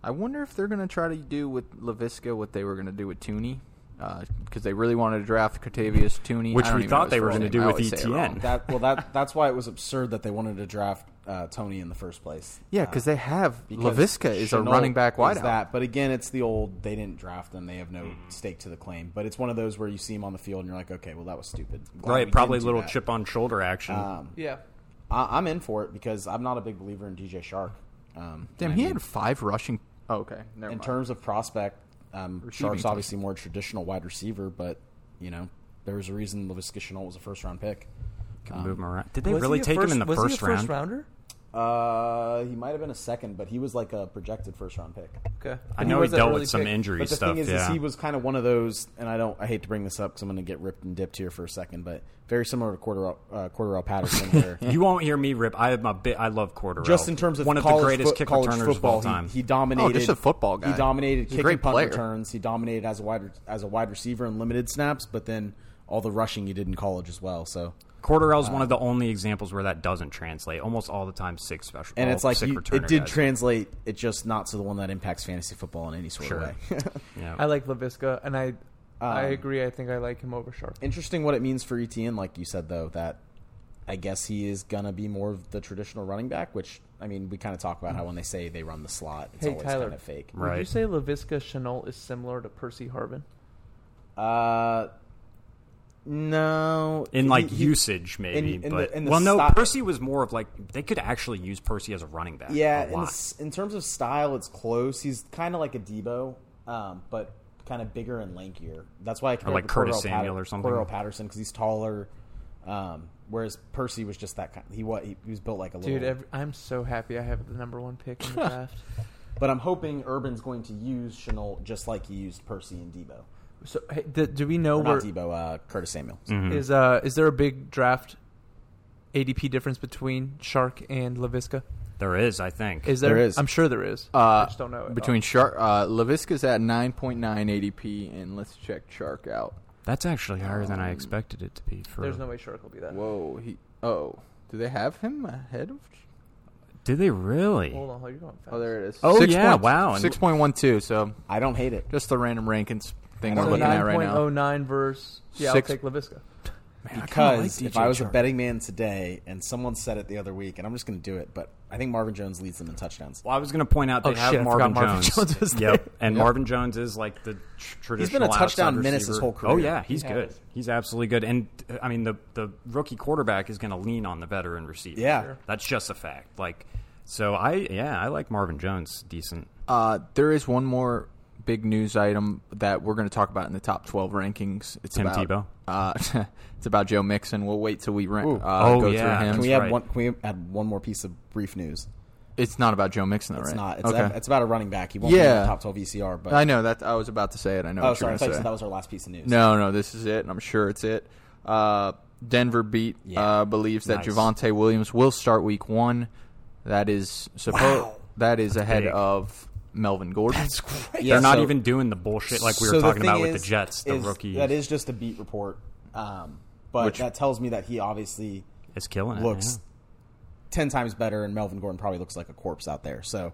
I wonder if they're going to try to do with LaVisca what they were going to do with Tooney. Because they really wanted to draft Cotavious Tooney.
Which
I don't
we
even know
thought
his
they were
first
gonna
name.
do
I
with E
always say it
ETN.
wrong.
That well, that that's why it was absurd that they wanted to draft uh, Tony in the first place.
Yeah, because they have
because
Laviska is a
Chenault
running back
is
wideout.
That, but again, it's the old they didn't draft them; they have no stake to the claim. But it's one of those where you see him on the field and you're like, okay, well, that was stupid. I'm glad we
Right, probably
didn't do
little
that. Um,
chip on shoulder action.
Yeah.
I, I'm in for it because I'm not a big believer in DJ Shark. Um,
Damn,
and I
he
mean,
had five rushing. Oh, okay, never
in
mind.
terms of prospect, um,
Receiving
Shark's obviously more traditional wide receiver, but you know, there was a reason LaVisca Chenault was a first round pick.
Can move
um,
him around. Did they really take him in the
was
first,
he a first
round?
rounder?
Uh, he might have been a second, but he was like a projected first round pick.
Okay.
I know
was
he,
an
dealt
early
with some
pick.
injury
But the
stuff.
thing is,
yeah.
is, he was kind of one of those, and I don't. I hate to bring this up because I'm going to get ripped and dipped here for a second, but very similar to Cordero, uh, Cordero Patterson, where
You won't hear me rip. I am a bit. I love Cordero.
just in terms of
one of the
college
greatest
foot-
kick
college
returners of
football,
all time.
He, he dominated.
Oh, just a football guy.
He dominated
He's a
kick
great
and punt
player.
returns. He dominated as a wide as a wide receiver in limited snaps, but then all the rushing he did in college as well. So,
Corderell's one of the only examples where that doesn't translate. Almost all the time, six special.
and
all
it's like
sick
you-
returner
it did
guys.
translate. It just not to the one that impacts fantasy football in any sort
Sure.
of way.
Yeah.
I like Lavisca, and I I
Um,
agree. I think I like him over Sharp.
Interesting what it means for ETN, like you said though that. I guess he is gonna be more of the traditional running back, which I mean, we kind of talk about how when they say they run the slot, it's
Hey,
always
Tyler.
kind of fake.
Right.
Would you say Lavisca Chenault is similar to Percy Harvin?
Uh, no.
in like
He- he-
usage, maybe.
in- in
but
the- in the
well, no,
style-
Percy was more of like they could actually use Percy as a running back.
Yeah,
a
in, the,
lot.
s- in terms of style, it's close. He's kind of like a Debo, um, but kind of bigger and lankier. That's why I compare
like
him to
Curtis
Cordero
Samuel or something.
Cordero Patterson because he's taller. Um, whereas Percy was just that kind. He what he, he was built like a
Dude,
little.
every, I'm so happy I have the number one pick in the draft.
but I'm hoping Urban's going to use Chenault just like he used Percy and Debo.
So, hey, d do we know
Or
where
not Debo, uh, Curtis Samuel.
Hmm.
is uh is there a big draft ADP difference between Shark and Lavisca?
there is, I think.
Is there?
There is.
I'm sure there is.
Uh,
I just don't know it.
Between Shark, uh, Laviska's at nine point nine ADP, and let's check Shark out.
That's actually higher than I expected it to be. For
There's no way Shark will be that.
Whoa, he. Oh, do they have him ahead of?
did they really?
Hold on, hold- you're going fast.
Oh, there it is.
Oh, yeah, wow, and-
six point one two. So
I don't hate it.
just the random rankings thing
So
we're looking at right
oh
now.
9.09 versus yeah,
Six-
I'll take Lavisca.
Because if I was
Shark.
a betting man today, and someone said it the other week, and I'm just going to do it, but I think Marvin Jones leads them in touchdowns.
Well, I was going to point out they
Oh,
have
shit, I
Marvin,
forgot Marvin
Jones.
Jones was there.
Yep, and Marvin Jones is like the tr- traditional.
He's been a
outside
touchdown menace his
receiver.
whole career.
Oh yeah, he's
He
good.
has.
He's absolutely good. And uh, I mean, the the rookie quarterback is going to lean on the veteran receiver.
Yeah. Sure.
that's just a fact. Like, so I yeah, I like Marvin Jones. Decent.
Uh, there is one more big news item that we're going to talk about in the top twelve rankings. It's
Tim
about
Tebow.
Uh, it's about Joe Mixon. We'll wait till we rank,
Ooh.
uh,
Oh,
go
yeah.
through him.
Can we
That's
have
right.
one? Can we add one more piece of brief news?
It's not about Joe Mixon, though,
It's
right?
not. It's,
okay.
it's about a running back. He won't be
Yeah.
in the top twelve ECR, but
I know that. I was about to say it. I know.
oh,
what
sorry, I
You're
thought
gonna
you
say.
said that was our last piece of news.
No, no, this is it, and I'm sure it's it. Uh, Denver beat
Yeah.
uh, believes that
Nice.
Javante Williams will start Week One. That is supposed. That is ahead
Big.
of Melvin Gordon. That's
Yeah,
They're not
so-
even doing the bullshit like we were
so the
talking about
thing
with
is-
the Jets, the
is-
rookie
That is just a beat report, um, but
Which-
that tells me that he obviously
is killing it.
looks
yeah.
ten times better, and Melvin Gordon probably looks like a corpse out there. So.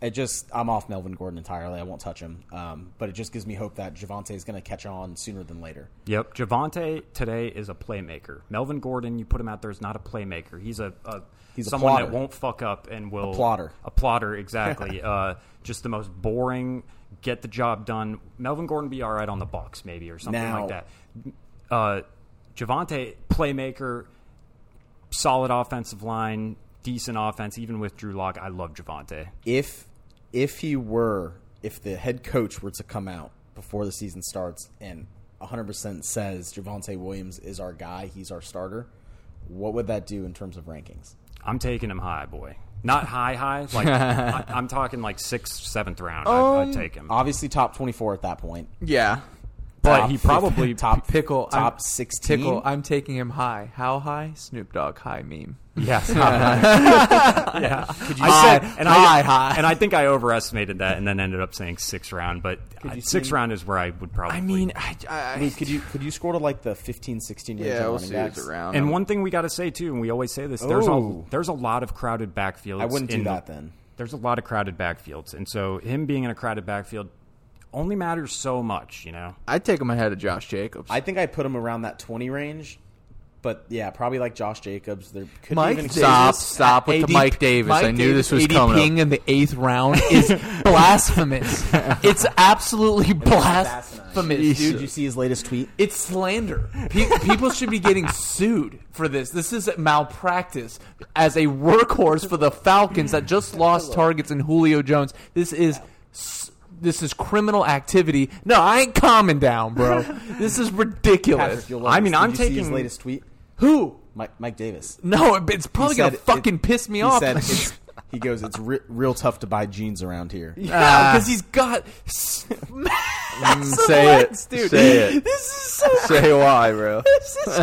It just, I'm off Melvin Gordon entirely. I won't touch him. Um, but it just gives me hope that Javante is going to catch on sooner than later.
Yep, Javante today is a playmaker. Melvin Gordon, you put him out there, is not a playmaker. He's a, a
He's a
someone that
plotter.
won't fuck up and will
A plotter.
A plotter, exactly. uh, just the most boring. Get the job done. Melvin Gordon be all right on the box, maybe, or something
Now-
like that. Uh, Javante, playmaker, solid offensive line, decent offense, even with Drew Lock. I love Javante.
if if he were if the head coach were to come out before the season starts and 100% says Javante Williams is our guy, he's our starter, what would that do in terms of rankings?
I'm taking him high, boy. Not high, high. Like I, I'm talking like sixth, seventh round. I,
Um,
I'd take him.
Obviously, top 24 at that point.
Yeah.
But
top
he
fif-
probably
top
Pickle,
top
I'm-
16.
Tickle, I'm taking him high. How high? Snoop Dogg high meme.
Yes. yeah.
high,
I said, and
high,
I,
high.
And I think I overestimated that and then ended up saying sixth round, but I- sixth round is where I would probably.
I mean, I, I-
Luke, could you could you scroll to like the 15, 16 range
Yeah,
of
we'll
running
see who's
backs?
around.
and one thing we got to say too, and we always say this: there's a
Oh.
there's a lot of crowded backfields.
I wouldn't do
in the-
that then.
There's a lot of crowded backfields, and so him being in a crowded backfield only matters so much, you know.
I'd take him ahead of Josh Jacobs.
I think I put him around that 20 range, but yeah, probably like Josh Jacobs. There could
Mike
even
stop,
Davis-
stop with the Mike Davis. I knew
Davis
this was
AD
coming.
Ping
Up.
in the eighth round is blasphemous. it's absolutely blasphemous,
Dude,
dude.
you see his latest tweet?
It's slander. Pe- people should be getting sued for this. This is malpractice as a workhorse for the Falcons that just lost targets in Julio Jones. This is s- this is criminal activity. No, I ain't calming down, bro. This is ridiculous.
Patrick, you'll love
I mean,
this. Did
I'm
you see his
taking-
latest tweet.
Who?
Mike, Mike Davis.
No, it- it's probably gonna
said it-
fucking piss me
He
off.
said it's, he goes, "It's re- real tough to buy jeans around here."
Yeah, because he's got
Mm,
massive
say it.
legs, dude.
Say it.
This is so.
Say why, bro.
This is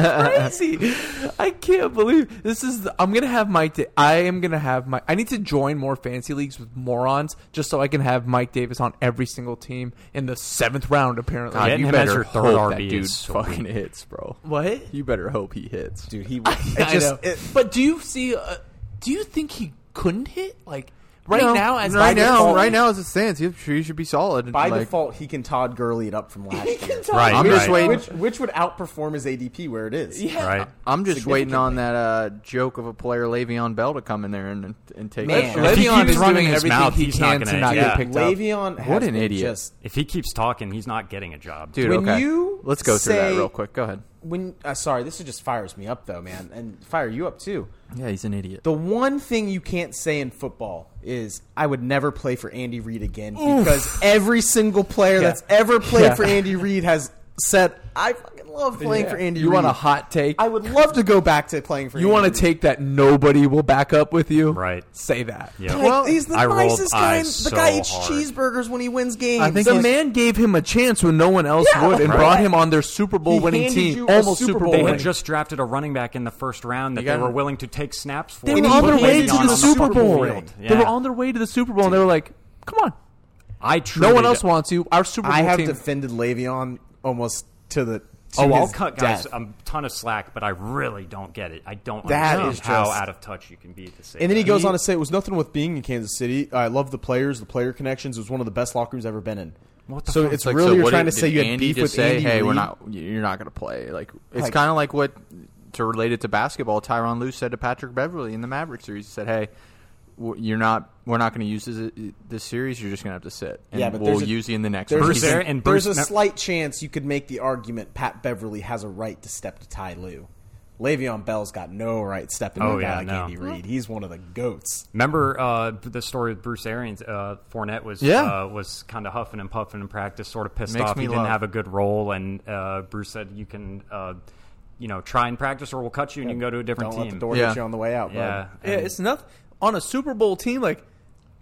crazy. I can't believe this is. The, I'm gonna have Mike. Da- I am gonna have my. I need to join more fantasy leagues with morons just so I can have Mike Davis on every single team in the seventh round. Apparently,
God,
you
Getting him as
better
your third
hope
RB
that
is
dude
sweet.
fucking hits, bro.
what?
You better hope he hits.
Dude, he. It
I
just
know.
it-
but do you see? Uh, do you think he couldn't hit? Like right
No,
now, as
right
by
now,
default-
right now as it stands, you you should be solid.
by
like,
default he can Todd Gurley it up from last
He
year.
can talk.
Right,
I'm
right.
just waiting.
Which which would outperform his ADP where it is.
Yeah.
Right.
I'm just waiting on that uh, joke of a player Le'Veon Bell to come in there and and take.
Man,
a
If
shot.
he
Le'Veon
keeps
is
running
doing
his
everything
mouth,
he
he's not
can to
gonna-
not
yeah.
get picked up.
Le'Veon. Has
What an
been
idiot.
Just,
If he keeps talking, he's not getting a job.
Dude,
When
okay.
you
Let's go through that
say-
real quick. Go ahead.
when uh, sorry, this is just fires me up though, man, and fire you up too.
Yeah, he's an idiot.
The one thing you can't say in football is I would never play for Andy Reid again because every single player that's ever played
Yeah.
for Andy Reid has said I fucking love playing for Andy.
You want a
Reid.
hot take?
I would love to go back to playing for.
You
Andy
want
Reid."
to take that nobody will back up with you?
Right.
Say that.
Yeah.
Like, he's the
I rolled
nicest guy. The
eyes
guy
so
eats
hard.
cheeseburgers when he wins games.
I think
The
he's-
man gave him a chance when no one else
Yeah,
would and
right.
brought him on their Super Bowl
He
winning
handed you
team.
a
Almost
Super
Super Bowl
Bowl
They had
winning.
just drafted a running back in the first round that
You
they
gotta-
were willing to take snaps for.
They
and
were
he
on
was
their way
playing
to
on
the
the
Super Bowl.
field.
They
Yeah.
were on their way to the Super Bowl and they were like, come on.
I truly
No one
d-
else wants you. Our Super Bowl
I have
team.
defended Le'Veon almost to the. To
Oh, I'll
his
cut guys
death.
a ton of slack, but I really don't get it. I don't
That
understand
is
how
just-
out of touch you can be to say.
And then he
that.
goes on to say, "It was nothing with being in Kansas City. I love the players, the player connections. It was one of the best locker rooms I've ever been in."
What the
so
fuck?
it's
Like,
really
so
you're
what
trying to
did-
say you
did
had
Andy
beef
just
with
say,
Andy
"Hey, we're
Reid?"
not. You're not going to play." Like it's
Like-
kind of like what to relate it to basketball. Tyron Lue said to Patrick Beverly in the Maverick series. He said, "Hey, w- you're not. We're not going to use this this series. You're just going to have to sit. And
Yeah, but
we'll
there's a-
use you in the next."
There's,
one."
Bruce
a,
Arians- and
there's
Bruce-
a slight chance you could make the argument Pat Beverly has a right to step to Ty Lue. Le'Veon Bell's got no right stepping to
Oh,
a
yeah,
guy like
no.
Andy Reid. He's one of the goats.
Remember uh, the story with Bruce Arians? Uh, Fournette was
Yeah.
uh, was kind of huffing and puffing in practice, sort of pissed
Makes
off.
me
He didn't
laugh.
have a good role, and uh, Bruce said, "You can, uh, you know, try and practice, or we'll cut you, and you can go to a different
Don't let
team."
the door
Yeah.
hit you on the way out.
yeah,
bud.
yeah,
and
it's enough. On a Super Bowl team, like,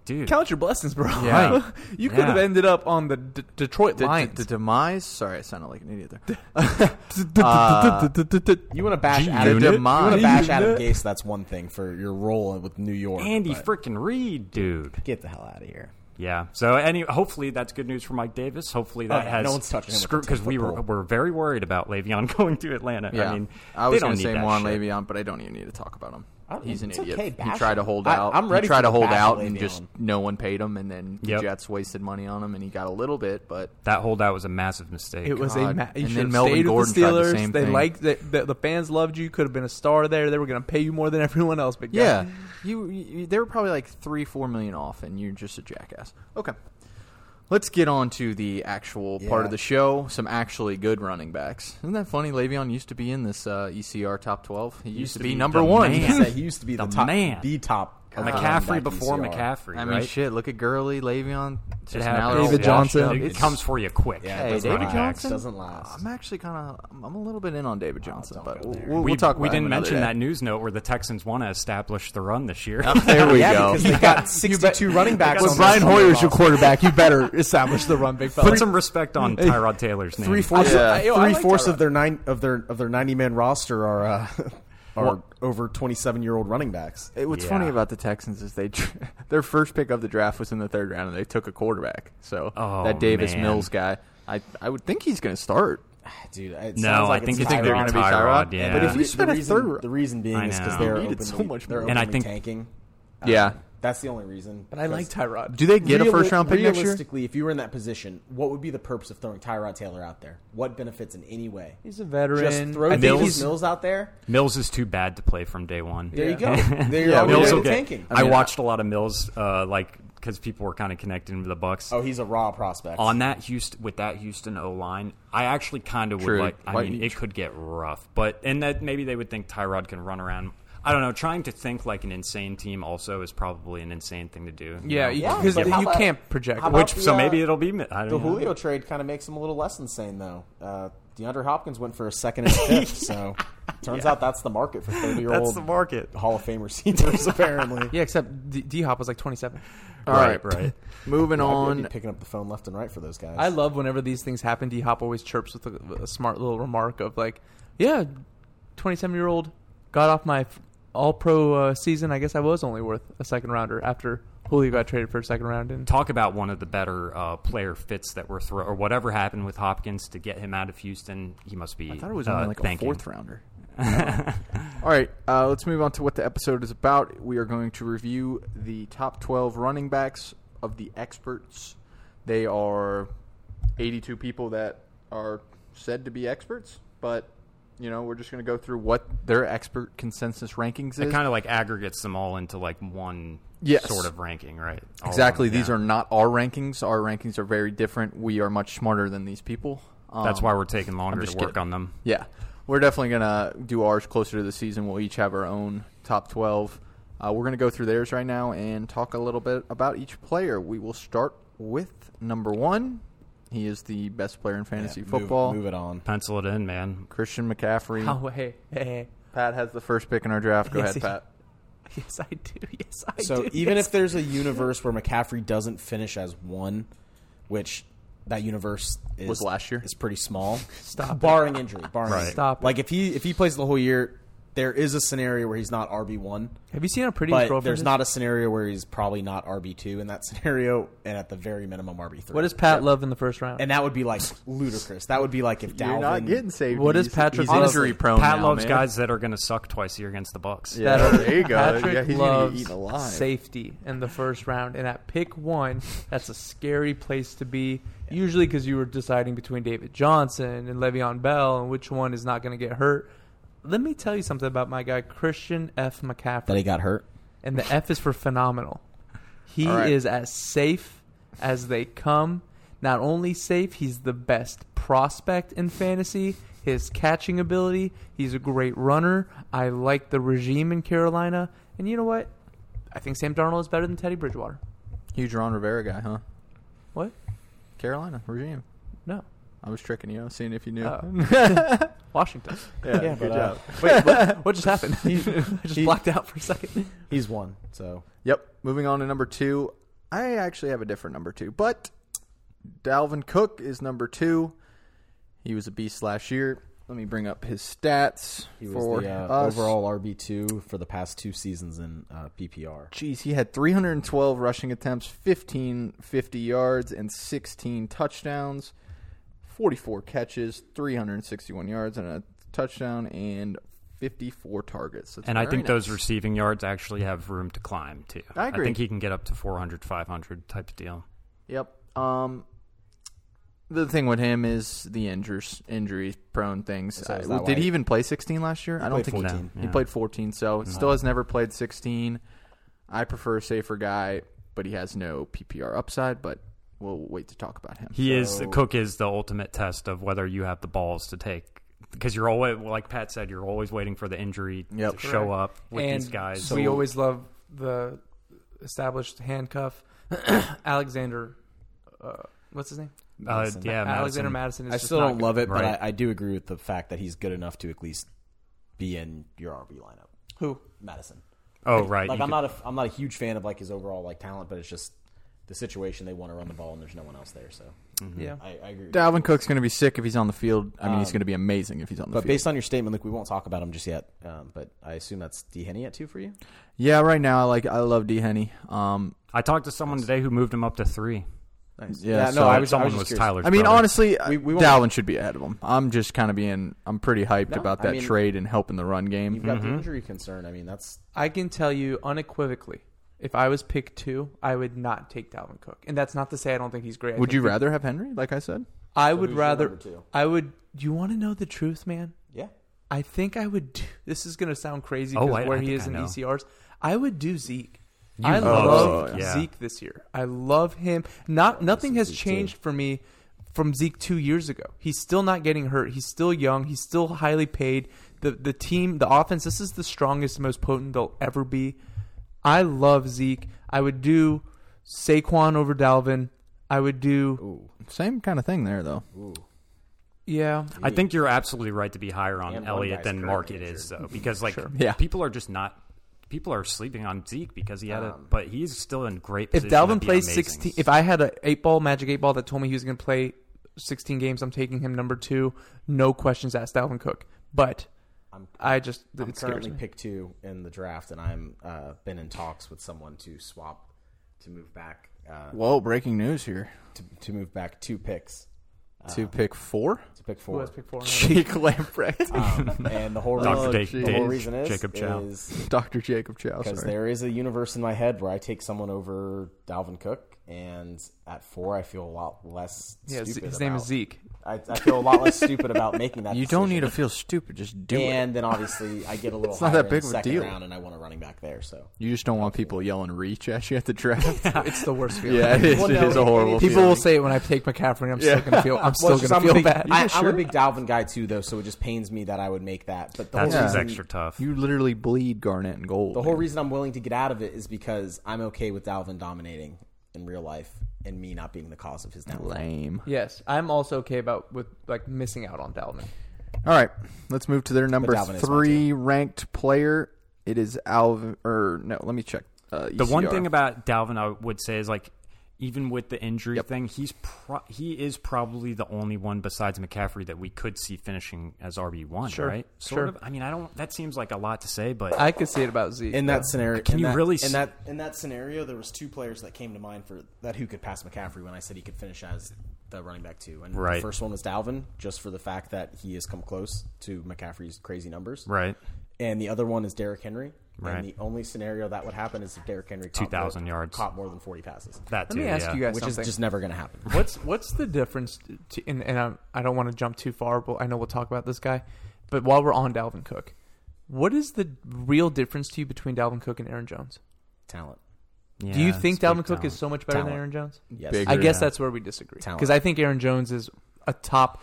dude.
count your blessings, bro.
Yeah. Right.
you could have
Yeah.
ended up on the D- Detroit
The-
Lions.
the demise. Sorry, I sounded like an idiot there.
Uh,
You want to bash
Gee,
Adam?
unit.
You want to
Gee,
bash Adam Gase? That's one thing for your role with New York.
Andy
but
frickin' Reid, dude.
get the hell out of here.
Yeah. So any, hopefully that's good news for Mike Davis. Hopefully
Oh,
that
yeah,
has
no one's touching him with a
because we were
football.
were very worried about Le'Veon going to Atlanta. I mean,
I was
they don't
going to
need
say
that
more on
shit.
Le'Veon, but I don't even need to talk about him.
I don't-
He's an
it's
idiot.
okay,
he
bash
tried to
him.
hold
I-
out.
I'm ready
he tried
for
to
the
hold
bash of
out, and
Le'Veon.
just no one paid him, and then the
Yep.
Jets wasted money on him, and he got a little bit, but
That holdout was a massive mistake.
It was a
God.
ma- you
And
should
then
have
Melvin
stayed with
Gordon
the
tried the
Steelers.
same
they
thing.
liked the, the the fans loved you. You Could have been a star there. They were going to pay you more than everyone else. But
yeah, you, you they were probably like three, four million off, and you're just a jackass. Okay, Let's get on to the actual part of the show. Some actually good running backs. Isn't that funny? Le'Veon used to be in this uh, ECR top twelve. He used, to, be, number
the
one.
man.
He said he used to be the,
The
top,
man.
the top. of the
McCaffrey
running back
before
ECR.
McCaffrey,
I mean,
right?
shit. Look at Gurley, Le'Veon. Just
It
now
happens.
they're all
David
washed
Johnson.
up.
It
It's-
comes for you quick.
Yeah,
Hey,
it
those
doesn't
running
David
last.
backs.
Johnson
Doesn't last.
I'm actually kind of. I'm a little bit in on David Johnson,
don't
but
go
we'll,
there.
we'll,
we,
we'll talk.
we
about him
didn't
another
mention
day.
that news note where the Texans want to establish the run this year.
There we
yeah,
go.
because they got 62 running backs.
When
on
Brian
their
Hoyer's
roster.
your quarterback. You better establish the run, big fella.
Put some respect on Tyrod Taylor's name.
Three fourths,
Yeah.
of,
Yo, I
three
like
fourths
Tyrod.
of their nine of their of their 90 man roster are uh, are over 27 year old running backs.
It- What's
Yeah.
funny about the Texans is they tr- their first pick of the draft was in the third round, and they took a quarterback. So
Oh,
that Davis
man.
Mills guy, I I would think he's going to start.
Dude, it
No,
sounds like
I think
it's
it's
they're
going
gonna
to
be
be
Tyrod?
Tyrod.
Yeah,
Yeah,
but if
The
you spent a
reason-
third-
the reason being
I
is because
know.
they're
They
needed
openly,
so much
they're
more.
And I
openly
think-
tanking.
Yeah.
That's the only reason.
But I like
Because
Tyrod.
Do they get a
reali-
first round pick next year?
Realistically, if you were in that position, what would be the purpose of throwing Tyrod Taylor out there? What benefits in any way?
He's a veteran.
Just throw
I
Davis
think
Mills.
he's-
out there.
Mills is too bad to play from day one.
There you go. They're
Yeah,
already
Mills will
Okay.
get-
tanking.
I watched a lot of Mills, uh, like because people were kind of connecting to the Bucks
Oh, he's a raw prospect.
on that Houston with that Houston O line. I actually kind of would
True.
like. I
Why-
mean, it could get rough, but and that maybe they would think Tyrod can run around. I don't know. Trying to think like an insane team also is probably an insane thing to do. you
Yeah,
know?
Yeah,
because
but
you
how about-
can't project.
how about-
Which so
the, uh,
maybe it'll be. I don't
The
know.
Julio trade kind of makes him a little less insane, though. Uh, DeAndre Hopkins went for a second and a fifth, so turns out that's the market for
That's the
thirty-year-old
market.
Hall of Fame receivers. apparently,
yeah, except D- D Hop was like 27.
All right,
right.
Moving
I'd be
on.
picking up the phone left and right for those guys.
I love whenever these things happen. D Hop always chirps with a, a smart little remark of like, "Yeah, 27 year old got off my f- All Pro uh, season. I guess I was only worth a second rounder after Julio got traded for a second round." And
talk about one of the better uh, player fits that were thrown, or whatever happened with Hopkins to get him out of Houston. He must be.
I thought it was
uh,
only like a
thanking.
fourth rounder. All right, uh, let's move on to what the episode is about. We are going to review the top 12 running backs of the experts. They are 82 people that are said to be experts, but you know, we're just going to go through what their expert consensus rankings
It
is.
kind of like aggregates them all into like one
Yes.
sort of ranking, right? All
exactly,
of them,
these
yeah.
are not our rankings. Our rankings are very different. We are much smarter than these people. Um,
That's why we're taking longer to
just
work
kidding.
on them.
Yeah, we're definitely gonna do ours closer to the season. We'll each have our own top twelve. Uh, we're gonna go through theirs right now and talk a little bit about each player. We will start with number one. He is the best player in
Yeah,
fantasy
move-
football.
Move, it on.
Pencil it in, man.
Christian McCaffrey.
Mm.
oh, hey, hey, hey.
Pat has the first pick in our draft. Go
Yes,
ahead,
he-
Pat.
yes, I do. Yes, I do.
So even
yes.
if there's a universe where McCaffrey doesn't finish as one, which that universe is,
Was last year?
is pretty small.
Stop it.
barring injury, barring
Right.
injury.
Stop it.
Like if he if he plays the whole year, there is a scenario where he's not RB one.
have you seen how pretty his
But
girlfriend
there's
is?
not a scenario where he's probably not RB two in that scenario, and at the very minimum RB three.
What does Pat love in the first round?
And that would be like ludicrous. That would be like if Dalvin.
You're not getting saved.
What is
He's-
Patrick
he's
Love?
injury prone?
Pat
now,
loves
man.
guys that are going to suck twice a year against the Bucks.
Yeah,
That-
there you go.
Patrick
yeah, he's gonna
loves
get eaten alive.
safety in the first round, and at pick one, that's a scary place to be. Usually, because you were deciding between David Johnson and Le'Veon Bell, and which one is not going to get hurt. Let me tell you something about my guy Christian F.
that he
McCaffrey,
got hurt?
and the F is for phenomenal. He
All right.
is as safe as they come. Not only safe, he's the best prospect in fantasy. His catching ability, he's a great runner. I like the regime in Carolina. And you know what? I think Sam Darnold is better than Teddy Bridgewater.
Huge Ron Rivera guy, huh?
What?
Carolina regime.
No.
I was tricking you. I was seeing if you knew.
Oh. Washington.
yeah,
Yeah,
good
but, uh,
job.
Wait, what, what just happened?
He-
I just
he-
blacked out for a second.
He's one. So
Yep. Moving on to number two. I actually have a different number two, but Dalvin Cook is number two. He was a beast last year. Let me bring up his stats
he was
for
the uh,
us.
overall RB two for the past two seasons in uh, PPR.
Jeez, he had 312 rushing attempts, 1550 yards, and 16 touchdowns, 44 catches, 361 yards, and a touchdown, and 54 targets. That's
And I
very
think
nice.
those receiving yards actually have room to climb, too.
I agree.
think he can get up to 400, 500 type of deal.
Yep. Um, the thing with him is the injuries, injury prone things.
So is
I-
that
did
why-
he even play 16 last year? I don't
played
think he
14.
he played 14, so still has never played 16. I prefer a safer guy, but he has no PPR upside. But we'll wait to talk about him.
He is
So-
Cook is the ultimate test of whether you have the balls to take because you're always like Pat said you're always waiting for the injury
Yep.
to show up with
and
these guys. Uh,
we always love the established handcuff. Alexander, uh, what's his name?
uh,
Madison.
yeah,
Alexander
Madison.
Madison. is
I
just
still
not
don't
gonna-
love it,
Right.
but I, I do agree with the fact that he's good enough to at least be in your RB lineup.
Who?
Madison.
Oh right,
Like
you
I'm
could-
not a I'm not a huge fan of like his overall like talent, but it's just the situation they want to run the ball and there's no one else there. So
Yeah.
I, I agree. with you.
Dalvin Cook's going to be sick if he's on the field. I mean, he's going to be amazing if he's on the
Um, But
field.
based on your statement, Luke, we won't talk about him just yet. Um, but I assume that's D Henny at two for you.
yeah, right now I like I love D Henny. Um,
I talked to someone today who moved him up to three.
Nice.
Yeah, so-
Someone was,
just curious.
Tyler's.
I mean,
brother.
honestly,
We- we won't-
Dalvin should be ahead of him. I'm just kind of being I'm pretty hyped
No,
about
I
that
mean-
trade and helping the run game.
You've got the injury concern. I mean, that's
I can tell you unequivocally, if I was pick two, I would not take Dalvin Cook, and that's not to say I don't think he's great. I
Would
think
you
that-
rather have Henry? Like I said,
I
So
would
who's your
rather.
number two?
I would. You want to know the truth, man?
yeah.
I think I would. Do, this is going to sound crazy
Oh,
because
I-
where
I
he
think
is
I
in
know.
ECRs. I would do Zeke. I
love
love
Zeke, yeah.
Zeke this year. I love him. Not nothing has
Zeke, too.
changed for me from Zeke two years ago. He's still not getting hurt. He's still young. He's still highly paid. The the team, the offense. This is the strongest, most potent they'll ever be. I love Zeke. I would do Saquon over Dalvin. I would do
same kind of thing there though.
yeah.
I think you're absolutely right to be higher on
And one
Elliott
guy's
than
currently
Mark it
injured.
is, though, because like
Yeah.
people are just not people are sleeping on Zeke because he had a,
Um,
but he's still in great.
if
Position to
Dalvin
be
plays
amazing.
sixteen, if I had a eight ball magic eight ball that told me he was going to play sixteen games, I'm taking him number two. No questions asked, Dalvin Cook. But
I'm-
I just
I'm
it scares
currently
me.
pick two in the draft, and I'm uh, been in talks with someone to swap to move back uh,
Whoa, breaking news here.
to, to move back two picks
to pick four,
to pick
Who
Uh, four.
has pick four?
Jake Lamprecht,
Um, and the whole reason,
Dr. Dave-
the whole
Dave-
reason is
Jacob Chow.
Doctor Jacob Chow.
because
sorry.
there is a universe in my head where I take someone over Dalvin Cook, and at four I feel a lot less.
Yeah, Z-
stupid
his name is
about-
Zeke.
I, I feel a lot less stupid about making that.
You don't need
decision.
to feel stupid. Just do it.
And then obviously I get a little
It's not
higher
that
in
big
the
of a
second
deal.
round, and I want a running back there. So
You just don't want people yelling reach at you at the draft.
It's the worst feeling.
yeah, it is,
Well,
it
no,
is a horrible.
People
feeling.
will say it when I take McCaffrey. I'm still going to feel. I'm still
Well,
going to
it's
feel
just I'm a big-
bad.
I, am a big Dalvin guy too, though, so it just pains me that I would make that. But the
that's
whole
what's
reason,
extra tough.
you literally bleed garnet and gold.
the whole reason I'm willing to get out of it is because I'm okay with Dalvin dominating in real life and me not being the cause of his downfall.
lame.
yes, I'm also okay about with like missing out on Dalvin.
All right, let's move to their number
Dalvin is
three ranked player. It is Alvin. Or no, let me check. Uh,
the one
ECR.
thing about Dalvin, I would say is like even with the injury
Yep.
thing, he's pro- he is probably the only one besides McCaffrey that we could see finishing as RB one,
Sure.
right? Sort
Sure.
of. I mean, I don't. That seems like a lot to say, but
I could see it about Zeke.
In that scenario,
Can
in
you
that-
really s-
in that in that scenario, there was two players that came to mind for that who could pass McCaffrey when I said he could finish as the running back two. And
Right.
the first one was Dalvin, just for the fact that he has come close to McCaffrey's crazy numbers.
right,
and the other one is Derrick Henry.
Right.
And the only scenario that would happen is if Derrick Henry caught
2,000
more-
yards.
caught more than forty passes,
that
Let
too.
me ask
yeah.
you guys
which
something.
is just never going to happen.
What's what's the difference? To, and and I'm, I don't want to jump too far, but I know we'll talk about this guy. But while we're on Dalvin Cook, what is the real difference to you between Dalvin Cook and Aaron Jones?
Talent,
Do you
Yeah,
think
it's big
Dalvin Cook
talent.
is so much better than
Talent.
Aaron Jones?
yes.
Big.
I guess
Yeah.
that's where we disagree.
Talent.
Because I think Aaron Jones is a top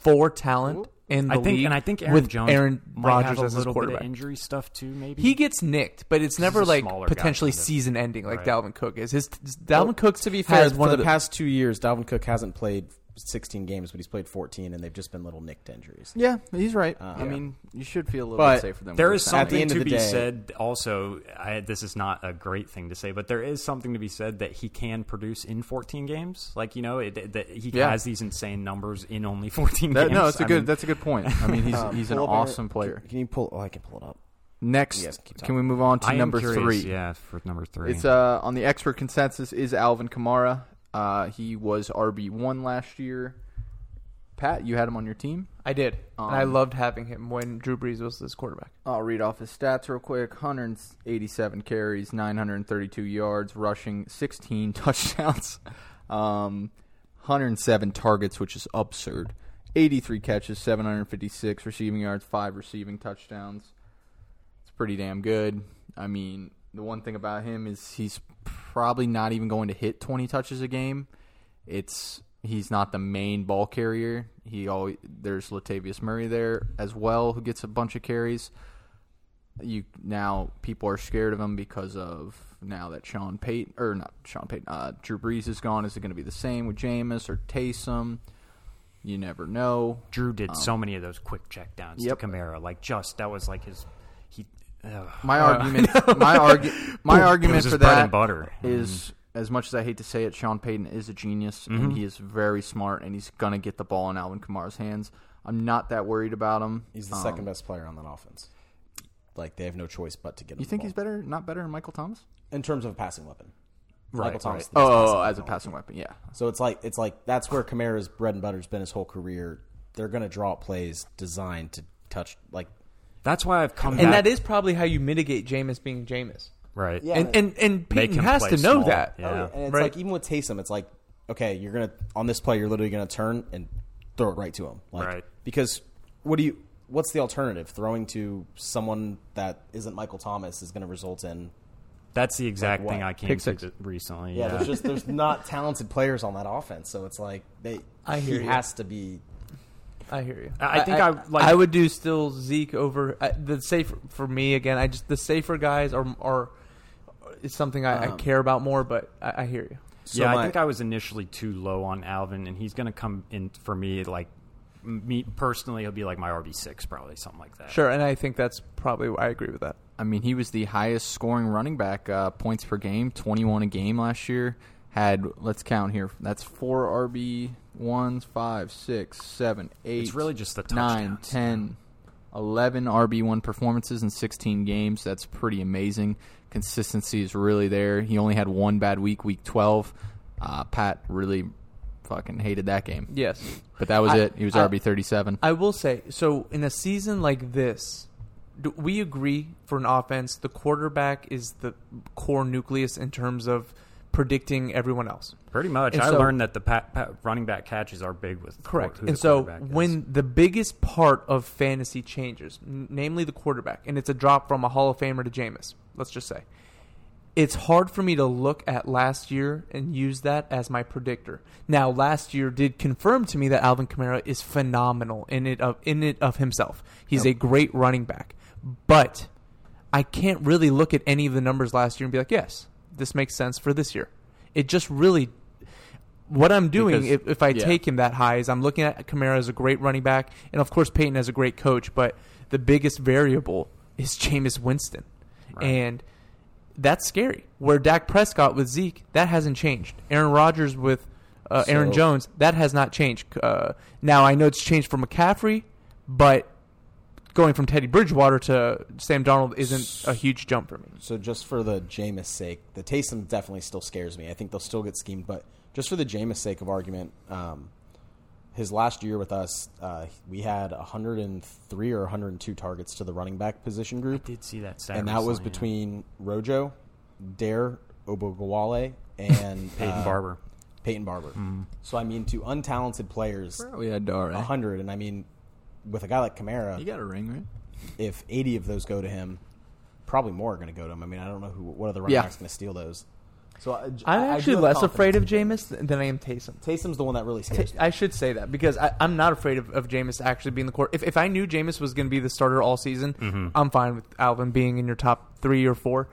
four talent in the
I think,
league.
and I think Aaron
with
Jones
Aaron
might
Rodgers
have a
as his
little bit of
quarterback.
injury stuff too. Maybe
He gets nicked, but it's never
he's a
like
smaller guy,
potentially
kinda.
season ending like
Right.
Dalvin Cook is. His Dalvin Cook's
to be fair,
has
for
one of
the past two years, Dalvin Cook hasn't played sixteen games, but he's played fourteen, and they've just been little nicked injuries.
Yeah, he's right. I
Uh, yeah.
mean, you should feel a little
But
bit safer than
There
we
is
were
At the
something
end of
to
the
be
day-
said. Also, I, this is not a great thing to say, but there is something to be said that he can produce in 14 games. Like you know, it, that he
Yeah.
has these insane numbers in only 14
That-
games.
no, that's a
I
good.
mean,
that's a good point. I mean, he's he's an
Pull up Aaron-
awesome player.
Can, can you pull? Oh, I can pull it up.
Next,
Yes, keep
can we move on to
I am
number
curious,
three?
Yeah, for number three.
It's uh on the expert consensus is Alvin Kamara. Uh, he was RB one last year. Pat, you had him on your team.
I did,
Um,
and I loved having him when Drew Brees was his quarterback.
I'll read off his stats real quick: 187 carries, 932 yards, rushing, 16 touchdowns, um, 107 targets, which is absurd. 83 catches, 756 receiving yards, five receiving touchdowns. It's pretty damn good. I mean, the one thing about him is he's probably not even going to hit 20 touches a game. It's he's not the main ball carrier. He always there's Latavius Murray there as well who gets a bunch of carries. You now people are scared of him because of now that Sean Payton or not Sean Payton, uh, Drew Brees is gone. Is it going to be the same with Jameis or Taysom? You never know.
Drew did so many of those quick checkdowns
Yep.
to Kamara. Like just that was like his he. ugh.
My
Uh,
argument, my argu- my
It was
argument
his
for
bread
that
and butter.
is
Mm-hmm.
as much as I hate to say it, Sean Payton is a genius and he is very smart and he's gonna get the ball in Alvin Kamara's hands. I'm not that worried about him.
He's the
Um,
second best player on that offense. Like they have no choice but to get him.
You
the
think
ball.
he's better, not better than Michael Thomas?
in terms of a passing weapon?
Right,
Michael Thomas. the
right.
best
Oh,
passing
as a
weapon.
passing weapon, yeah.
So it's like it's like that's where Kamara's bread and butter's been his whole career. They're going to draw up plays designed to touch like
That's why I've come
And
back.
that is probably how you mitigate Jameis being Jameis.
right.
Yeah.
and, and and
Make
Peyton
him
has
play
to know
small.
that.
Yeah.
Oh, and it's
Right.
like even with Taysom, it's like okay, you're gonna on this play, you're literally gonna turn and throw it right to him, like,
Right.
Because what do you? What's the alternative? Throwing to someone that isn't Michael Thomas is gonna result in
That's the exact
Like what?
thing I came
Pick
to
six.
th- recently.
yeah.
Yeah.
There's just there's not talented players on that offense, so it's like they
I hear
he
you.
has to be
I hear you.
I- I think I- like-
I would do still Zeke over I, the safer for me again. I just the safer guys are are is something I, I care about more. But I, I hear you.
So
yeah, I
my-
think I was initially too low on Alvin, and he's going to come in for me like me personally. He'll be like my RB six, probably something like that.
Sure, and I think that's probably I agree with that.
I mean, he was the highest scoring running back uh, points per game, 21 a game last year. Had let's count here. That's four RB ones, five, six, seven, eight.
It's really just the
nine,
touchdowns.
10, 11 RB one performances in 16 games. That's pretty amazing. Consistency is really there. He only had one bad week, week 12. Uh, Pat really fucking hated that game.
Yes,
But that was
I-
it. He was
I-
RB 37.
I will say so. In a season like this, do we agree for an offense the quarterback is the core nucleus in terms of predicting everyone else.
Pretty much.
And
I
so-
learned that the pa- pa- running back catches are big with
Correct.
who the
and so
quarterback is.
when the biggest part of fantasy changes, n- namely the quarterback, and it's a drop from a Hall of Famer to Jameis, let's just say, it's hard for me to look at last year and use that as my predictor. Now, last year did confirm to me that Alvin Kamara is phenomenal in it of in it of himself. He's a great running back, but I can't really look at any of the numbers last year and be like, yes, this makes sense for this year. It just really. What I'm doing,
Because-
if, if I
yeah.
take him that high is I'm looking at Kamara as a great running back, and of course Peyton as a great coach, but the biggest variable is Jameis Winston. And that's scary. Where Dak Prescott with Zeke, that hasn't changed. Aaron Rodgers with uh, Aaron
So-
Jones, that has not changed. Uh, now I know it's changed for McCaffrey, but going from Teddy Bridgewater to Sam Donald isn't a huge jump for me.
So just for the Jameis sake, the Taysom definitely still scares me. I think they'll still get schemed, but just for the Jameis sake of argument, um, his last year with us, uh, we had 103 or 102 targets to the running back position group,
did see that stat
and that was
recently, yeah.
between Rojo, Dare, Obogawale, and
Peyton
uh,
Barber. Mm-hmm.
Peyton Barber. So I mean, to untalented players,
we had
uh,
Dara.
100, and I mean, with a guy like Kamara,
You got a ring, right?
if 80 of those go to him, probably more are going to go to him. I mean, I don't know who what other running
Yeah.
back's going to steal those. So I,
I'm
I- I
actually
do have
less
confidence
afraid of
in him.
Jameis than I am Taysom.
Taysom's the one that really
T-
scares me.
I should say that because I, I'm not afraid of, of Jameis actually being the core. If, if I knew Jameis was going to be the starter all season,
Mm-hmm.
I'm fine with Alvin being in your top three or four.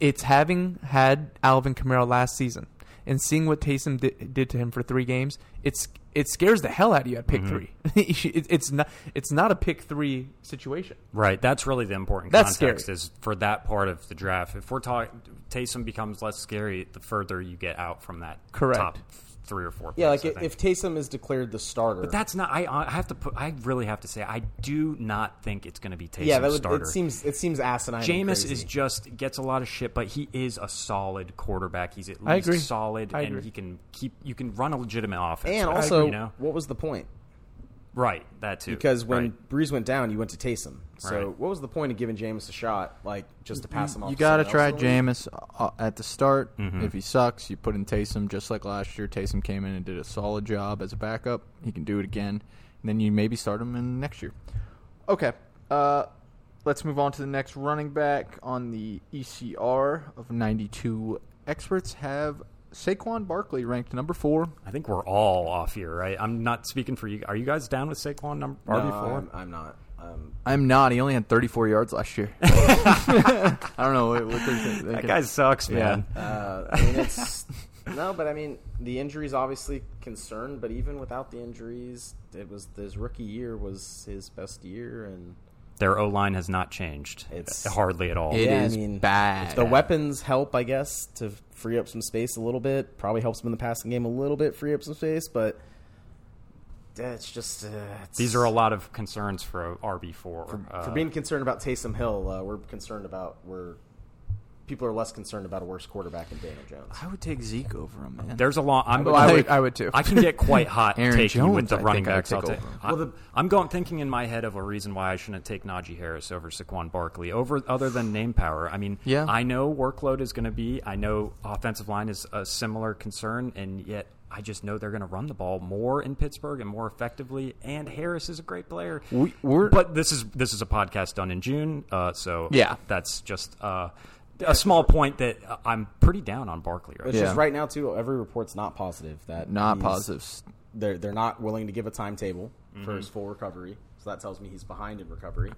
It's having had Alvin Kamara last season and seeing what Taysom di- did to him for three games. It's it scares the hell out of you at pick
Mm-hmm.
three. it, it's not it's not a pick three situation.
Right. That's really the important
That's
context
scary.
is for that part of the draft. If we're talking, Taysom becomes less scary the further you get out from that
Correct.
top three or four.
Yeah,
picks,
like
I
if,
think.
if Taysom is declared the starter,
But that's not. I, I have to put. I really have to say, I do not think it's going to be Taysom's
yeah, that would,
starter.
it seems it seems asinine. and
Jameis
crazy.
is just gets a lot of shit, but he is a solid quarterback. He's at least
I agree.
solid,
I
and
agree.
he can keep. You can run a legitimate offense,
and
with him,
also
you know,
what was the point?
right that too.
Because when
Right.
Breeze went down, you went to Taysom. So
Right.
what was the point of giving Jameis a shot, like just to pass him off?
You
to
got to
someone
try
else in the league?
Jameis uh, at the start. If he sucks, you put in Taysom. Just like last year, Taysom came in and did a solid job as a backup. He can do it again. And then you maybe start him in next year. Okay. Uh, E let's move on to the next running back on the ECR of 92 experts have Saquon Barkley ranked number four.
I think we're all off here, right? I'm not speaking for you. Are you guys down with Saquon number
No,
RB4?
I'm, I'm not. Um,
I'm not. He only had 34 yards last year. I don't know what, what they think.
that guy sucks, man.
uh, I mean, it's no, but I mean the injuries obviously concern, but even without the injuries, it was his rookie year was his best year, and
Their O line has not changed
It's-
hardly at all.
It
Yeah, I
is
mean,
bad.
if the weapons help, I guess, to free up some space a little bit. Probably helps him in the passing game a little bit, free up some space, but it's just uh, it's-
These are a lot of concerns for RB4. uh,
for being concerned about Taysom Hill. Uh, we're concerned about we're people are less concerned about a worse quarterback than Daniel Jones.
I would take Zeke over him, man.
There's a long. I'm,
Well, I would- I would too.
I can get quite hot
Aaron
taking with
Jones,
the
I
running
think I would
backs. I'll
take
take,
over.
I, am going thinking in my head of a reason why I shouldn't take Najee Harris over Saquon Barkley over other than name power. I mean,
Yeah.
I know workload is going to be. I know offensive line is a similar concern, and yet I just know they're going to run the ball more in Pittsburgh and more effectively. And Harris is a great player.
We- we're-
but this is this is a podcast done in June, uh, so
Yeah.
that's just. Uh, a small point that uh, I'm pretty down on Barkley right
Which
Yeah.
is right now too. Every report's not positive that
not
he's-
positives.
They're they're not willing to give a timetable for his full recovery, so that tells me he's behind in recovery.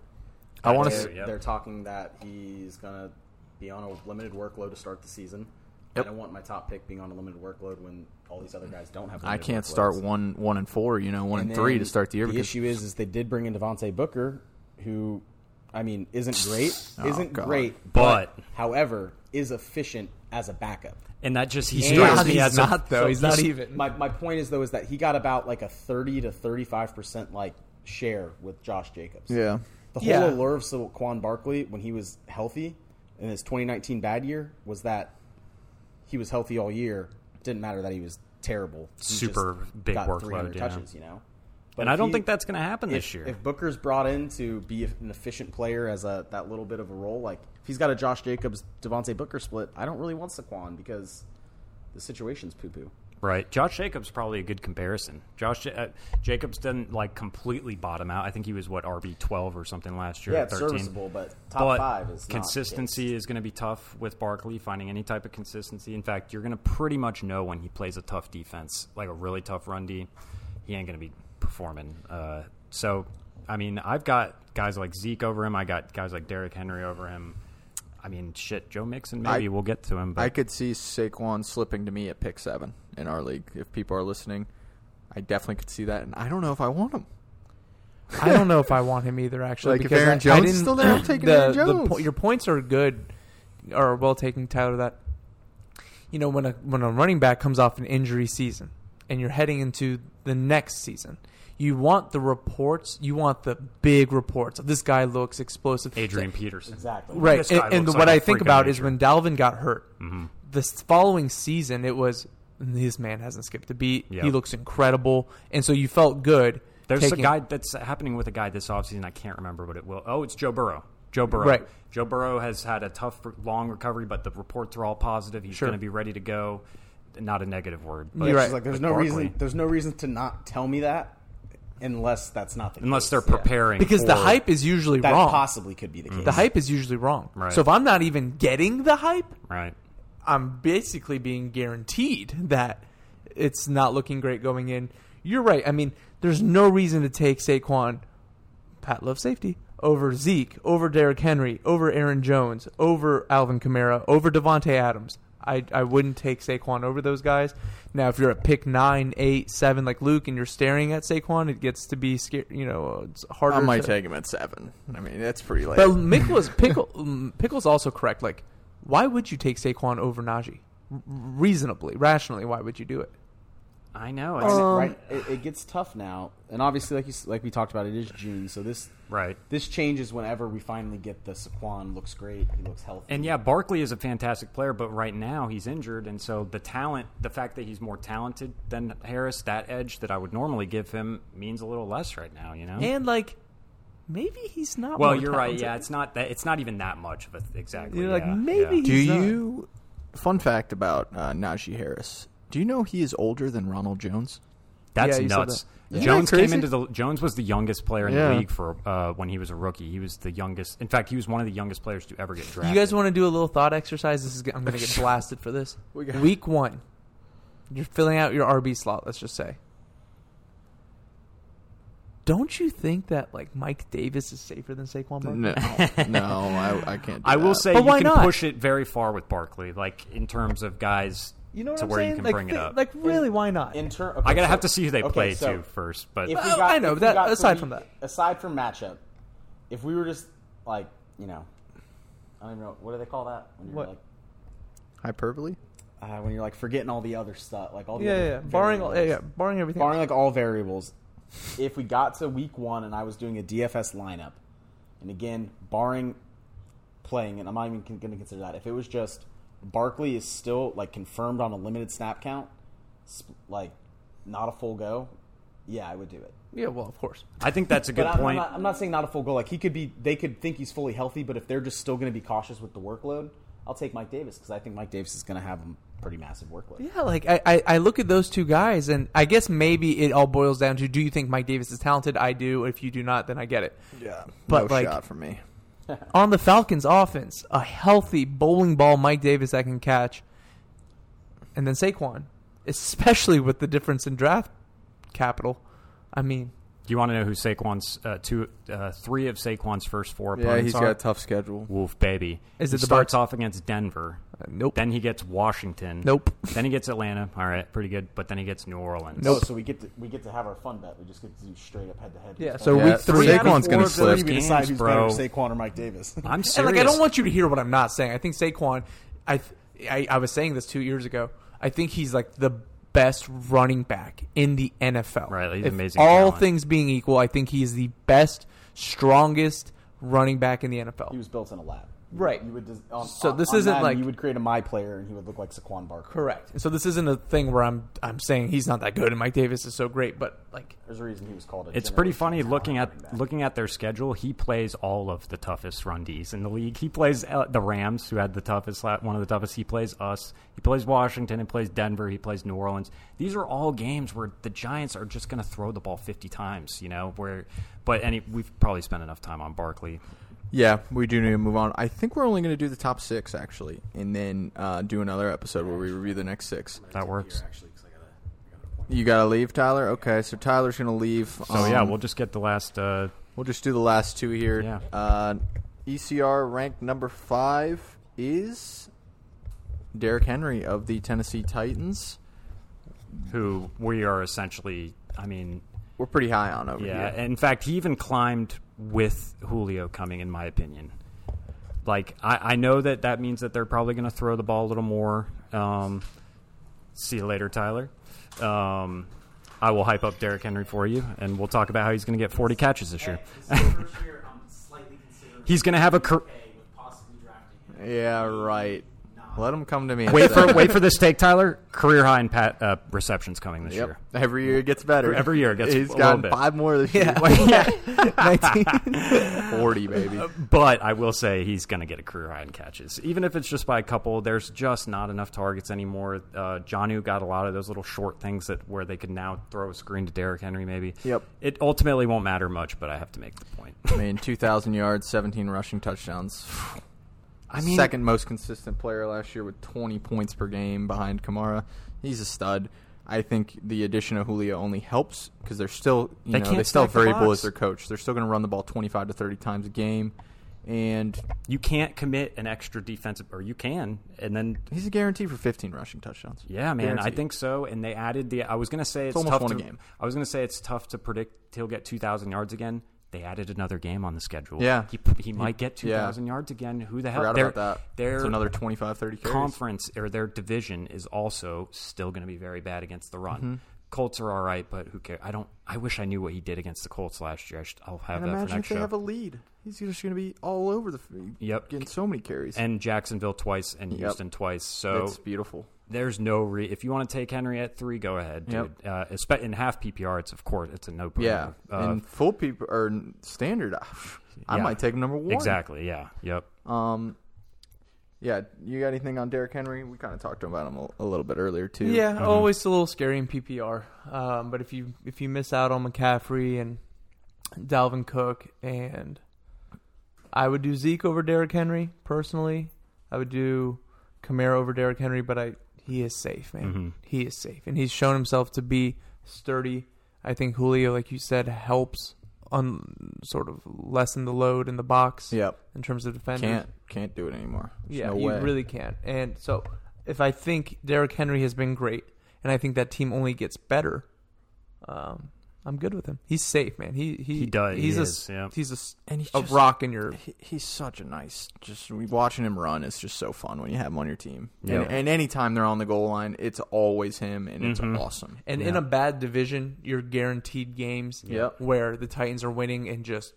I want
they're,
to.
Honestly, yeah.
they're talking that he's gonna be on a limited workload to start the season.
Yep.
I don't want my top pick being on a limited workload when all these other guys don't have.
I
limited
can't
workloads.
start one, one and four. You know, one and,
And
three
then
to start the year.
The
because
issue is, is they did bring in Devontae Booker, who, I mean, isn't great, isn't
Oh, God.
great,
But-
however, is efficient as a backup.
and that just he
And-
strikes
God,
me
he's
as a,
not though. he's not even.
My my point is though is that he got about like a thirty to thirty five percent like share with Josh Jacobs.
yeah.
The
Yeah.
whole allure of Saquon Barkley when he was healthy in his 2019 bad year was that he was healthy all year. Didn't matter that he was terrible. He just
Super big
got
workload,
300
yeah.
touches, you know. But
and I
if
don't
he-
think that's going to happen
if-
this year.
If Booker's brought in to be an efficient player as a that little bit of a role, like if he's got a Josh Jacobs Devontae Booker split, I don't really want Saquon because the situation's poo poo.
right. Josh Jacobs probably a good comparison. Josh Ja- uh, Jacobs didn't like completely bottom out. I think he was what RB twelve or something last year.
Yeah,
or
it's
13.
serviceable, but top
but
five is not the case.
consistency is going to be tough with Barkley finding any type of consistency. In fact, you're going to pretty much know when he plays a tough defense, like a really tough run D. He ain't going to be performing. Uh, so, I mean, I've got guys like Zeke over him. I got guys like Derrick Henry over him. I mean, shit, Joe Mixon. Maybe
I-
we'll get to him. But
I could see Saquon slipping to me at pick seven in our league. If people are listening, I definitely could see that, and I don't know if I want him.
I don't know if I want him either. Actually,
Like, if
because
Aaron
I- I
Jones is
didn't-
still there, I'm taking
the-
Aaron
the
Jones.
po- your points are good, are well taken, Tyler. That you know when a when a running back comes off an injury season and you're heading into the next season, you want the reports. You want the big reports. This guy looks explosive.
Adrian Peterson.
Exactly.
Right,
This guy
and, and
looks Mm-hmm.
what
like a
I think
freak of
about is
nature.
when Dalvin got hurt. The s- following season, it was this man hasn't skipped a beat. He
Yep.
looks incredible, and so you felt good.
There's
taking-
a guy that's happening with a guy this offseason. I can't remember what it will. Oh, it's Joe Burrow. Joe Burrow.
Right.
Joe Burrow has had a tough, long recovery, but the reports are all positive. He's
Sure.
going to be ready to go. Not a negative word. But
You're
It's
right.
just like there's
With
no
Barkley.
reason there's no reason to not tell me that unless that's not the
Unless
case.
they're Mm. preparing.
because the
for-
hype is usually
that
wrong.
possibly could be the case.
The hype is usually wrong.
Right.
So if I'm not even getting the hype,
Right.
I'm basically being guaranteed that it's not looking great going in. You're right. I mean, there's no reason to take Saquon, Pat Love safety, over Zeke, over Derrick Henry, over Aaron Jones, over Alvin Kamara, over Devontae Adams. I, I wouldn't take Saquon over those guys. Now, if you're at pick nine, eight, seven, like Luke, and you're staring at Saquon, it gets to be scary. You know, it's harder.
I might
to,
take him at seven. I mean, that's pretty late.
but Mickle's Pickle mm, Pickle's also correct. Like, why would you take Saquon over Najee? R- reasonably, rationally, why would you do it?
I know. It's,
And it-
Oh.
right, it, it gets tough now, and obviously, like you, s- like we talked about, it is June, so this
right.
this changes whenever we finally get the Saquon looks great, he looks healthy,
And yeah, Barkley is a fantastic player, but right now he's injured, and so the talent, the fact that he's more talented than Harris, that edge that I would normally give him means a little less right now. You know.
And like, maybe he's not.
Hmm. well,
more
you're
talented.
right. Yeah, it's not that. It's not even that much of a exactly.
You're like,
yeah,
maybe
yeah.
do
he's not.
you? Fun fact about uh, Najee Harris. Do you know he is older than Ronald Jones?
That's
Yeah, you said
nuts.
that. Isn't
Jones
that
came
crazy?
into the Jones was the youngest player in
Yeah.
the league for uh, when he was a rookie. He was the youngest. In fact, he was one of the youngest players to ever get
You
drafted.
guys want to do a little thought exercise? This is g- I'm going to get blasted for this. Week one, you're filling out your RB slot. Let's just say. Don't you think that like Mike Davis is safer than Saquon Barkley?
No, no, I, I can't. do
I will
that.
say
But
you
why
can
not?
push it very far with Barkley, like in terms of guys
You know what
to
I'm
where
saying?
you can
like,
bring it
thi-
up.
Like really, why not?
In ter-
I
okay,
gotta
so-
have to see who they
okay,
play
so
to first, but
if we
Well,
got-
I know,
if we
that-
got
aside
three-
from that.
aside from matchup, if we were just like you know, I don't even know what do they call that when you're
What?
like
hyperbole.
uh, when you're like forgetting all the other stuff, like all the
yeah,
other
yeah, yeah. barring all, yeah, yeah,
variables.
barring everything.
barring like all variables. If we got to week one and I was doing a DFS lineup, and again barring playing, and I'm not even con- going to consider that. If it was just Barkley is still like confirmed on a limited snap count, sp- like not a full go, yeah, I would do it.
yeah, well, of course.
I think that's a good
but I'm,
point.
Not, I'm not saying not a full goal. Like he could be, they could think he's fully healthy, but if they're just still going to be cautious with the workload, I'll take Mike Davis because I think Mike Davis is going to have a pretty massive workload.
Yeah, like I, I, I look at those two guys, and I guess maybe it all boils down to: Do you think Mike Davis is talented? I do. If you do not, then I get it.
Yeah,
But,
no
like-
shot for me.
On the Falcons' offense, a healthy bowling ball Mike Davis that can catch, and then Saquon, especially with the difference in draft capital. I mean,
Do you want to know who Saquon's uh, two, uh, three of Saquon's first four
Yeah,
opponents
he's
are?
got a tough schedule.
Wolf baby.
Is
He
it the
starts
Bucs?
off against Denver?
nope,
Then he gets Washington.
nope.
Then he gets Atlanta. All right, pretty good. But then he gets New Orleans.
Nope.
Oh, so we get to we get to have our fun bet. We just get to do straight up head to head.
Yeah, so
Yeah,
week three,
Saquon's gonna slip.
We
games,
decide who's
bro.
better, Saquon or Mike Davis.
I'm
And
serious.
like, I don't want you to hear what I'm not saying. I think Saquon, I, th- I, I was saying this two years ago. I think he's like the best running back in the NFL.
Right, he's
If
amazing
All
talent.
things being equal, I think he's the best, strongest running back in the NFL.
He was built in a lab.
Right.
You would des- on,
So
on-
this
on
isn't
Madden,
like-
you would create a my player and he would look like Saquon Barker.
Correct. And so this isn't a thing where I'm I'm saying he's not that good and Mike Davis is so great, but like
There's a reason he was called. A
It's pretty
generational
funny
talent
looking
running back.
at looking at their schedule. He plays all of the toughest run Ds in the league. He plays uh, the Rams, who had the toughest, la- one of the toughest. He plays us. He plays Washington. He plays Denver. He plays New Orleans. These are all games where the Giants are just going to throw the ball fifty times. You know where, but any we've probably spent enough time on Barkley.
Yeah, we do need to move on. I think we're only going to do the top six actually, and then uh, do another episode where we review the next six.
That works.
You gotta leave, Tyler. Okay, so Tyler's gonna leave.
So yeah,
Um,
we'll just get the last. Uh,
we'll just do the last two here.
Yeah.
Uh, ECR ranked number five is Derrick Henry of the Tennessee Titans.
who we are essentially. I mean,
We're pretty high on over
Yeah,
here.
in fact, he even climbed with Julio coming, in my opinion. Like, I, I know that that means that they're probably going to throw the ball a little more. Um, see you later, Tyler. Um, I will hype up Derrick Henry for you, and we'll talk about how he's going to get 40 catches this year. he's going to have a cur-
Yeah, right. Let him come to me.
wait for wait for this take, Tyler. Career high in pat, uh, receptions coming this
Yep.
year.
Every year it gets better.
Every year it gets
He's
a
gotten
little bit.
five more this year.
yeah,
19. 40,
Uh,
baby.
But I will say he's going to get a career high in catches, even if it's just by a couple. There's just not enough targets anymore. Uh, Janu got a lot of those little short things that where they could now throw a screen to Derrick Henry. Maybe.
Yep.
It ultimately won't matter much, but I have to make the point.
I mean, 2,000 yards, 17 rushing touchdowns.
I mean,
Second most consistent player last year with 20 points per game behind Kamara. He's a stud. I think the addition of Julio only helps because they're still, you
They
know,
can't
they still have
stack the
variable
box.
as their coach. They're still going to run the ball 25 to 30 times a game. And
you can't commit an extra defensive, or you can, and then.
he's a guarantee for 15 rushing touchdowns.
Yeah, man, I
Guaranteed.
think so. And they added the. I was gonna say it's,
almost
tough
won
to.
a game.
I was gonna say it's tough to predict he'll get two thousand yards again. They added another game on the schedule.
Yeah.
he, he might get two thousand yards again. Who the hell?
Forgot
They're-
about that.
they're-
It's another 25, 30 carries.
conference or their division is also still going to be very bad against the
Mm-hmm.
run. Colts are all right, but who cares? I don't. I wish I knew what he did against the Colts last year. I should, I'll have
And
that for
imagine if
next
they
show.
have a lead. He's just going to be all over the field,
Yep.
getting so many carries.
and Jacksonville twice and
Yep.
Houston twice. So
it's beautiful.
there's no re- if you want to take Henry at three, go ahead, dude.
Yep.
Uh, espe- in half PPR, it's of course it's a no.
Yeah,
uh,
and full people or standard. I
yeah.
might take him number one.
exactly. Yeah, yep.
Um, Yeah, you got anything on Derrick Henry? We kind of talked about him a, a little bit earlier too. Mm-hmm.
Yeah, always a little scary in PPR. Um, but if you if you miss out on McCaffrey and Dalvin Cook, and I would do Zeke over Derrick Henry personally. I would do Kamara over Derrick Henry, but I he is safe, man.
Mm-hmm.
He is safe, and he's shown himself to be sturdy. I think Julio, like you said, helps on sort of lessen the load in the box
Yep.
in terms of defenders.
Can't can't do it anymore. There's
Yeah,
no
you
way.
really can't. And so, if I think Derrick Henry has been great, and I think that team only gets better, um, I'm good with him. He's safe, man. He he,
He does. He
He's a
is, yeah.
he's a s-
And he's
a
just-
rock in your.
He- he's such a nice. Just we watching him run is just so fun when you have him on your team.
Yeah.
And, and anytime they're on the goal line, it's always him, and it's awesome.
And in a bad division, you're guaranteed games
Yep.
where the Titans are winning and just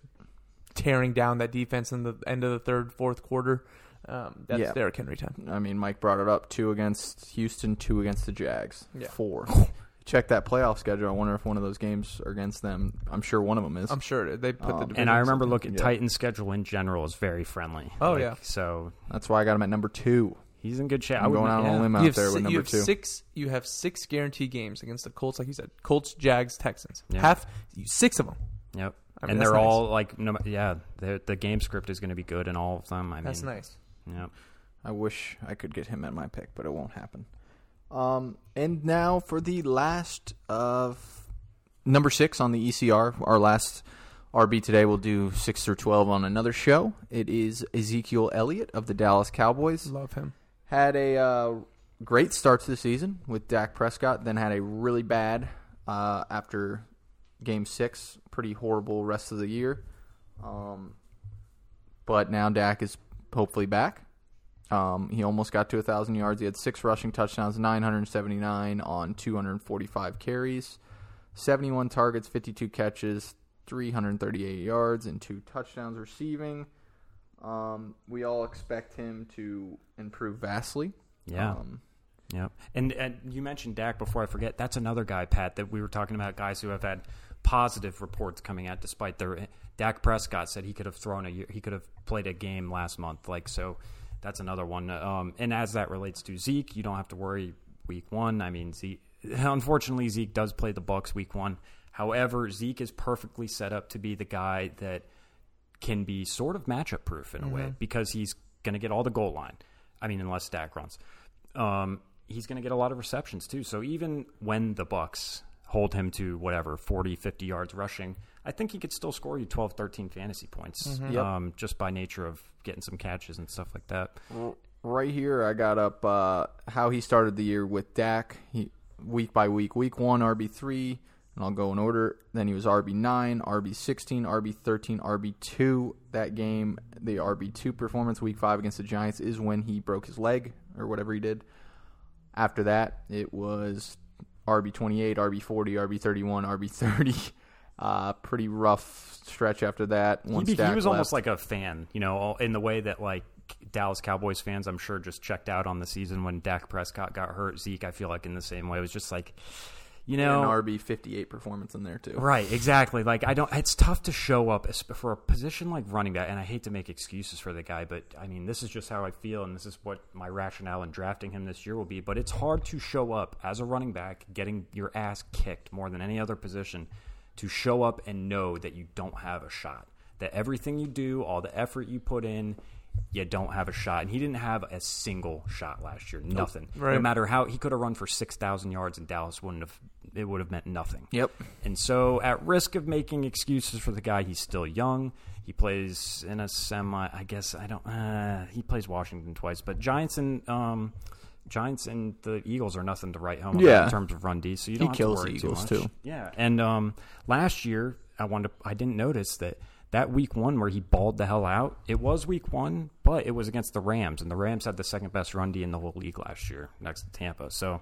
tearing down that defense in the end of the third, fourth quarter. Um, that's
Yeah.
Derrick Henry time.
I mean, Mike brought it up: two against Houston, two against the Jags,
Yeah.
four. Check that playoff schedule. I wonder if one of those games are against them. I'm sure one of them is.
I'm sure they put the
Um,
division.
And I remember looking.
Yeah.
Titan's schedule in general is very friendly.
Oh,
Like,
yeah.
So
That's why I got him at number two.
he's in good shape. I
I'm
would
going
not-
out on
yeah.
a limb
you
out
have,
there
si-
with
you
number
have
two.
six. You have six guarantee games against the Colts, like you said. Colts, Jags, Texans.
Yeah.
Half six of them.
Yep.
I mean,
and
that's
they're
nice.
all like, no, yeah, the the game script is going to be good in all of them. I mean,
Mm-hmm.
That's nice.
Yep.
I wish I could get him at my pick, but it won't happen. Um, and now for the last of number six on the ECR, our last RB today. We'll do six through twelve on another show. It is Ezekiel Elliott of the Dallas Cowboys.
Love him.
Had a uh, great start to the season with Dak Prescott, then had a really bad uh, after game six. Pretty horrible rest of the year. Um, but now Dak is hopefully back. Um, he almost got to 1,000 yards. He had six rushing touchdowns, 979 on 245 carries, 71 targets, 52 catches, 338 yards, and two touchdowns receiving. Um, we all expect him to improve vastly.
Yeah.
Um,
Yep. And and you mentioned Dak before I forget. That's another guy, Pat, that we were talking about guys who have had positive reports coming out despite their Dak Prescott said he could have thrown a year, he could have played a game last month like so that's another one. Um, and as that relates to Zeke, you don't have to worry week 1. I mean, Zeke unfortunately Zeke does play the Bucks week 1. However, Zeke is perfectly set up to be the guy that can be sort of matchup proof in a way because he's going to get all the goal line. I mean, unless Dak runs, um, he's going to get a lot of receptions too. So even when the Bucks hold him to whatever 40, 50 yards rushing, I think he could still score you 12, 13 fantasy points
Yep.
um, just by nature of getting some catches and stuff like that.
Um, right here, I got up uh, how he started the year with Dak. He week by week, week one RB three, and I'll go in order. Then he was RB nine, RB sixteen, RB thirteen, RB two. That game, the RB two performance week five against the Giants is when he broke his leg or whatever he did. After that, it was RB twenty eight, RB forty, RB thirty one, RB thirty. Uh, pretty rough stretch after that.
He,
Once
be- he
Dak
was almost
left.
like a fan, you know, all- in the way that like Dallas Cowboys fans, I'm sure, just checked out on the season when Dak Prescott got hurt. Zeke, I feel like in the same way, was just like, you know,
an RB fifty eight performance in there too.
Right, exactly. Like I don't. It's tough to show up es- for a position like running back, and I hate to make excuses for the guy, but I mean, this is just how I feel, and this is what my rationale in drafting him this year will be. But it's hard to show up as a running back, getting your ass kicked more than any other position, to show up and know that you don't have a shot. That everything you do, all the effort you put in, you don't have a shot. And he didn't have a single shot last year. Nothing. No
Right.
matter how he could have run for six thousand yards, and Dallas wouldn't have. It would have meant nothing.
Yep.
And so, at risk of making excuses for the guy, he's still young. He plays in a semi. I guess I don't. Uh, he plays Washington twice, but Giants and um, Giants and the Eagles are nothing to write home about
Yeah.
in terms of run D. So you
He
don't have
kills
to
the
worry
Eagles,
too, much.
too.
Yeah. And um, last year, I wanted. To, I didn't notice that that week one where he balled the hell out. It was week one, but it was against the Rams, and the Rams had the second best run D in the whole league last year, next to Tampa. So.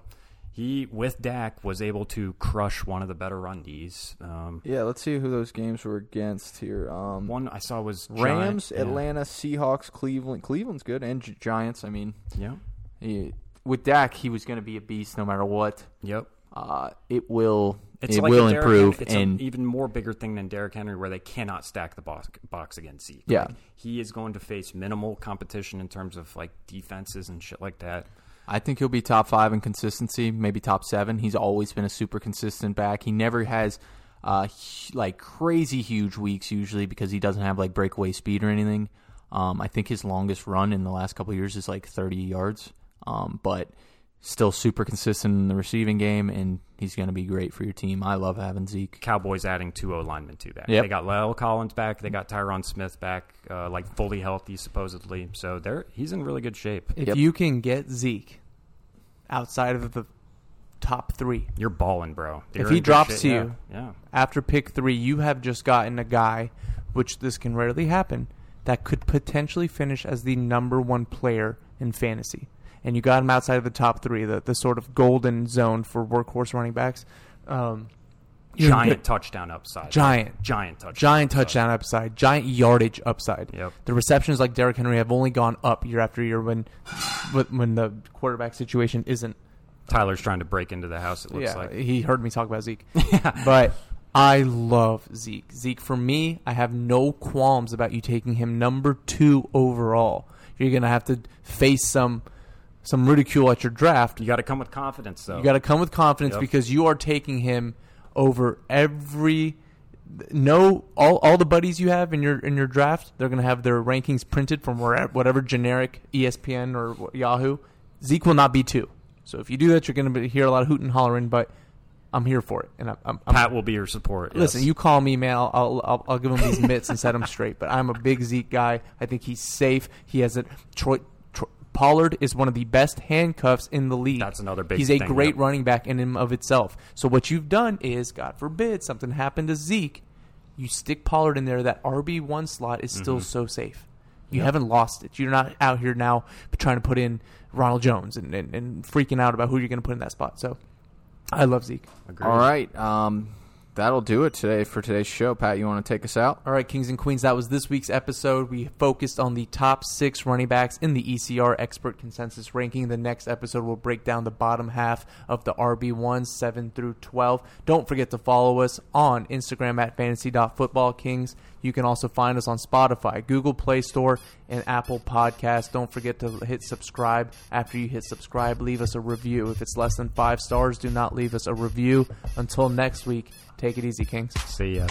He with Dak was able to crush one of the better run D's. Um,
Yeah, let's see who those games were against here. Um,
one I saw was Giant-
Rams,
yeah.
Atlanta, Seahawks, Cleveland. Cleveland's good, and Gi- Giants. I mean,
Yeah.
he- with Dak, he was going to be a beast no matter what.
Yep.
Uh, it will.
It's
It
like
will
a Derrick
improve
Henry- it's an
and-
even more bigger thing than Derrick Henry, where they cannot stack the box, box against Zeke.
Yeah.
Like, he is going to face minimal competition in terms of like defenses and shit like that.
I think he'll be top five in consistency, maybe top seven. He's always been a super consistent back. He never has uh, hu- like crazy huge weeks usually because he doesn't have like breakaway speed or anything. Um, I think his longest run in the last couple of years is like 30 yards, um, but still super consistent in the receiving game, and he's going to be great for your team. I love having Zeke.
Cowboys adding two O linemen to that.
Yep.
They got Lyle Collins back. They got Tyron Smith back, uh, like fully healthy supposedly. So they're he's in really good shape.
If
Yep.
you can get Zeke outside of the top three,
You're balling, bro. You're
he
in good
drops
shape.
you-
yeah. yeah.
after pick three, you have just gotten a guy, which this can rarely happen, that could potentially finish as the number one player in fantasy. And you got him outside of the top three, the, the sort of golden zone for workhorse running backs. Um, you're
giant
gonna-
touchdown upside.
Giant.
giant touchdown.
giant
upside.
touchdown upside, giant yardage upside.
Yep.
The receptions like Derrick Henry have only gone up year after year when, when- when the quarterback situation isn't
Tyler's trying to break into the house. It looks
yeah,
like
he heard me talk about Zeke. But I love Zeke. Zeke for me, I have no qualms about you taking him number 2 overall. You're going to have to face some some ridicule at your draft.
you got to come with confidence though.
You got to come with confidence
Yep.
because you are taking him over every no all, all the buddies you have in your in your draft. They're going to have their rankings printed from wherever, whatever generic E ESPN or Yahoo. Zeke will not be two. So if you do that, you're going to hear a lot of hoot and hollering. But I'm here for it, and I'm, I'm, I'm
Pat will be your support.
Listen,
yes.
you call me, man. I'll, I'll, I'll, I'll give him these mitts and set him straight. But I'm a big Zeke guy. I think he's safe. He has a Troy, Tro Pollard is one of the best handcuffs in the league.
That's another big
He's a
thing,
great
yep.
running back in and of itself. So what you've done is, God forbid, something happened to Zeke. You stick Pollard in there. That RB one slot is
Mm-hmm.
still so safe. You haven't lost it. You're not out here now trying to put in Ronald Jones and, and, and freaking out about who you're going to put in that spot. So I love Zeke.
Agreed.
All right, um, that'll do it today for today's show. Pat, you want to take us out?
All right, Kings and Queens, that was this week's episode. We focused on the top six running backs in the ECR expert consensus ranking. The next episode will break down the bottom half of the RB1, 7 through 12. Don't forget to follow us on Instagram at fantasy.footballkings. You can also find us on Spotify, Google Play Store, and Apple Podcasts. Don't forget to hit subscribe. After you hit subscribe, leave us a review. If it's less than five stars, do not leave us a review. Until next week, take it easy, Kings.
See ya.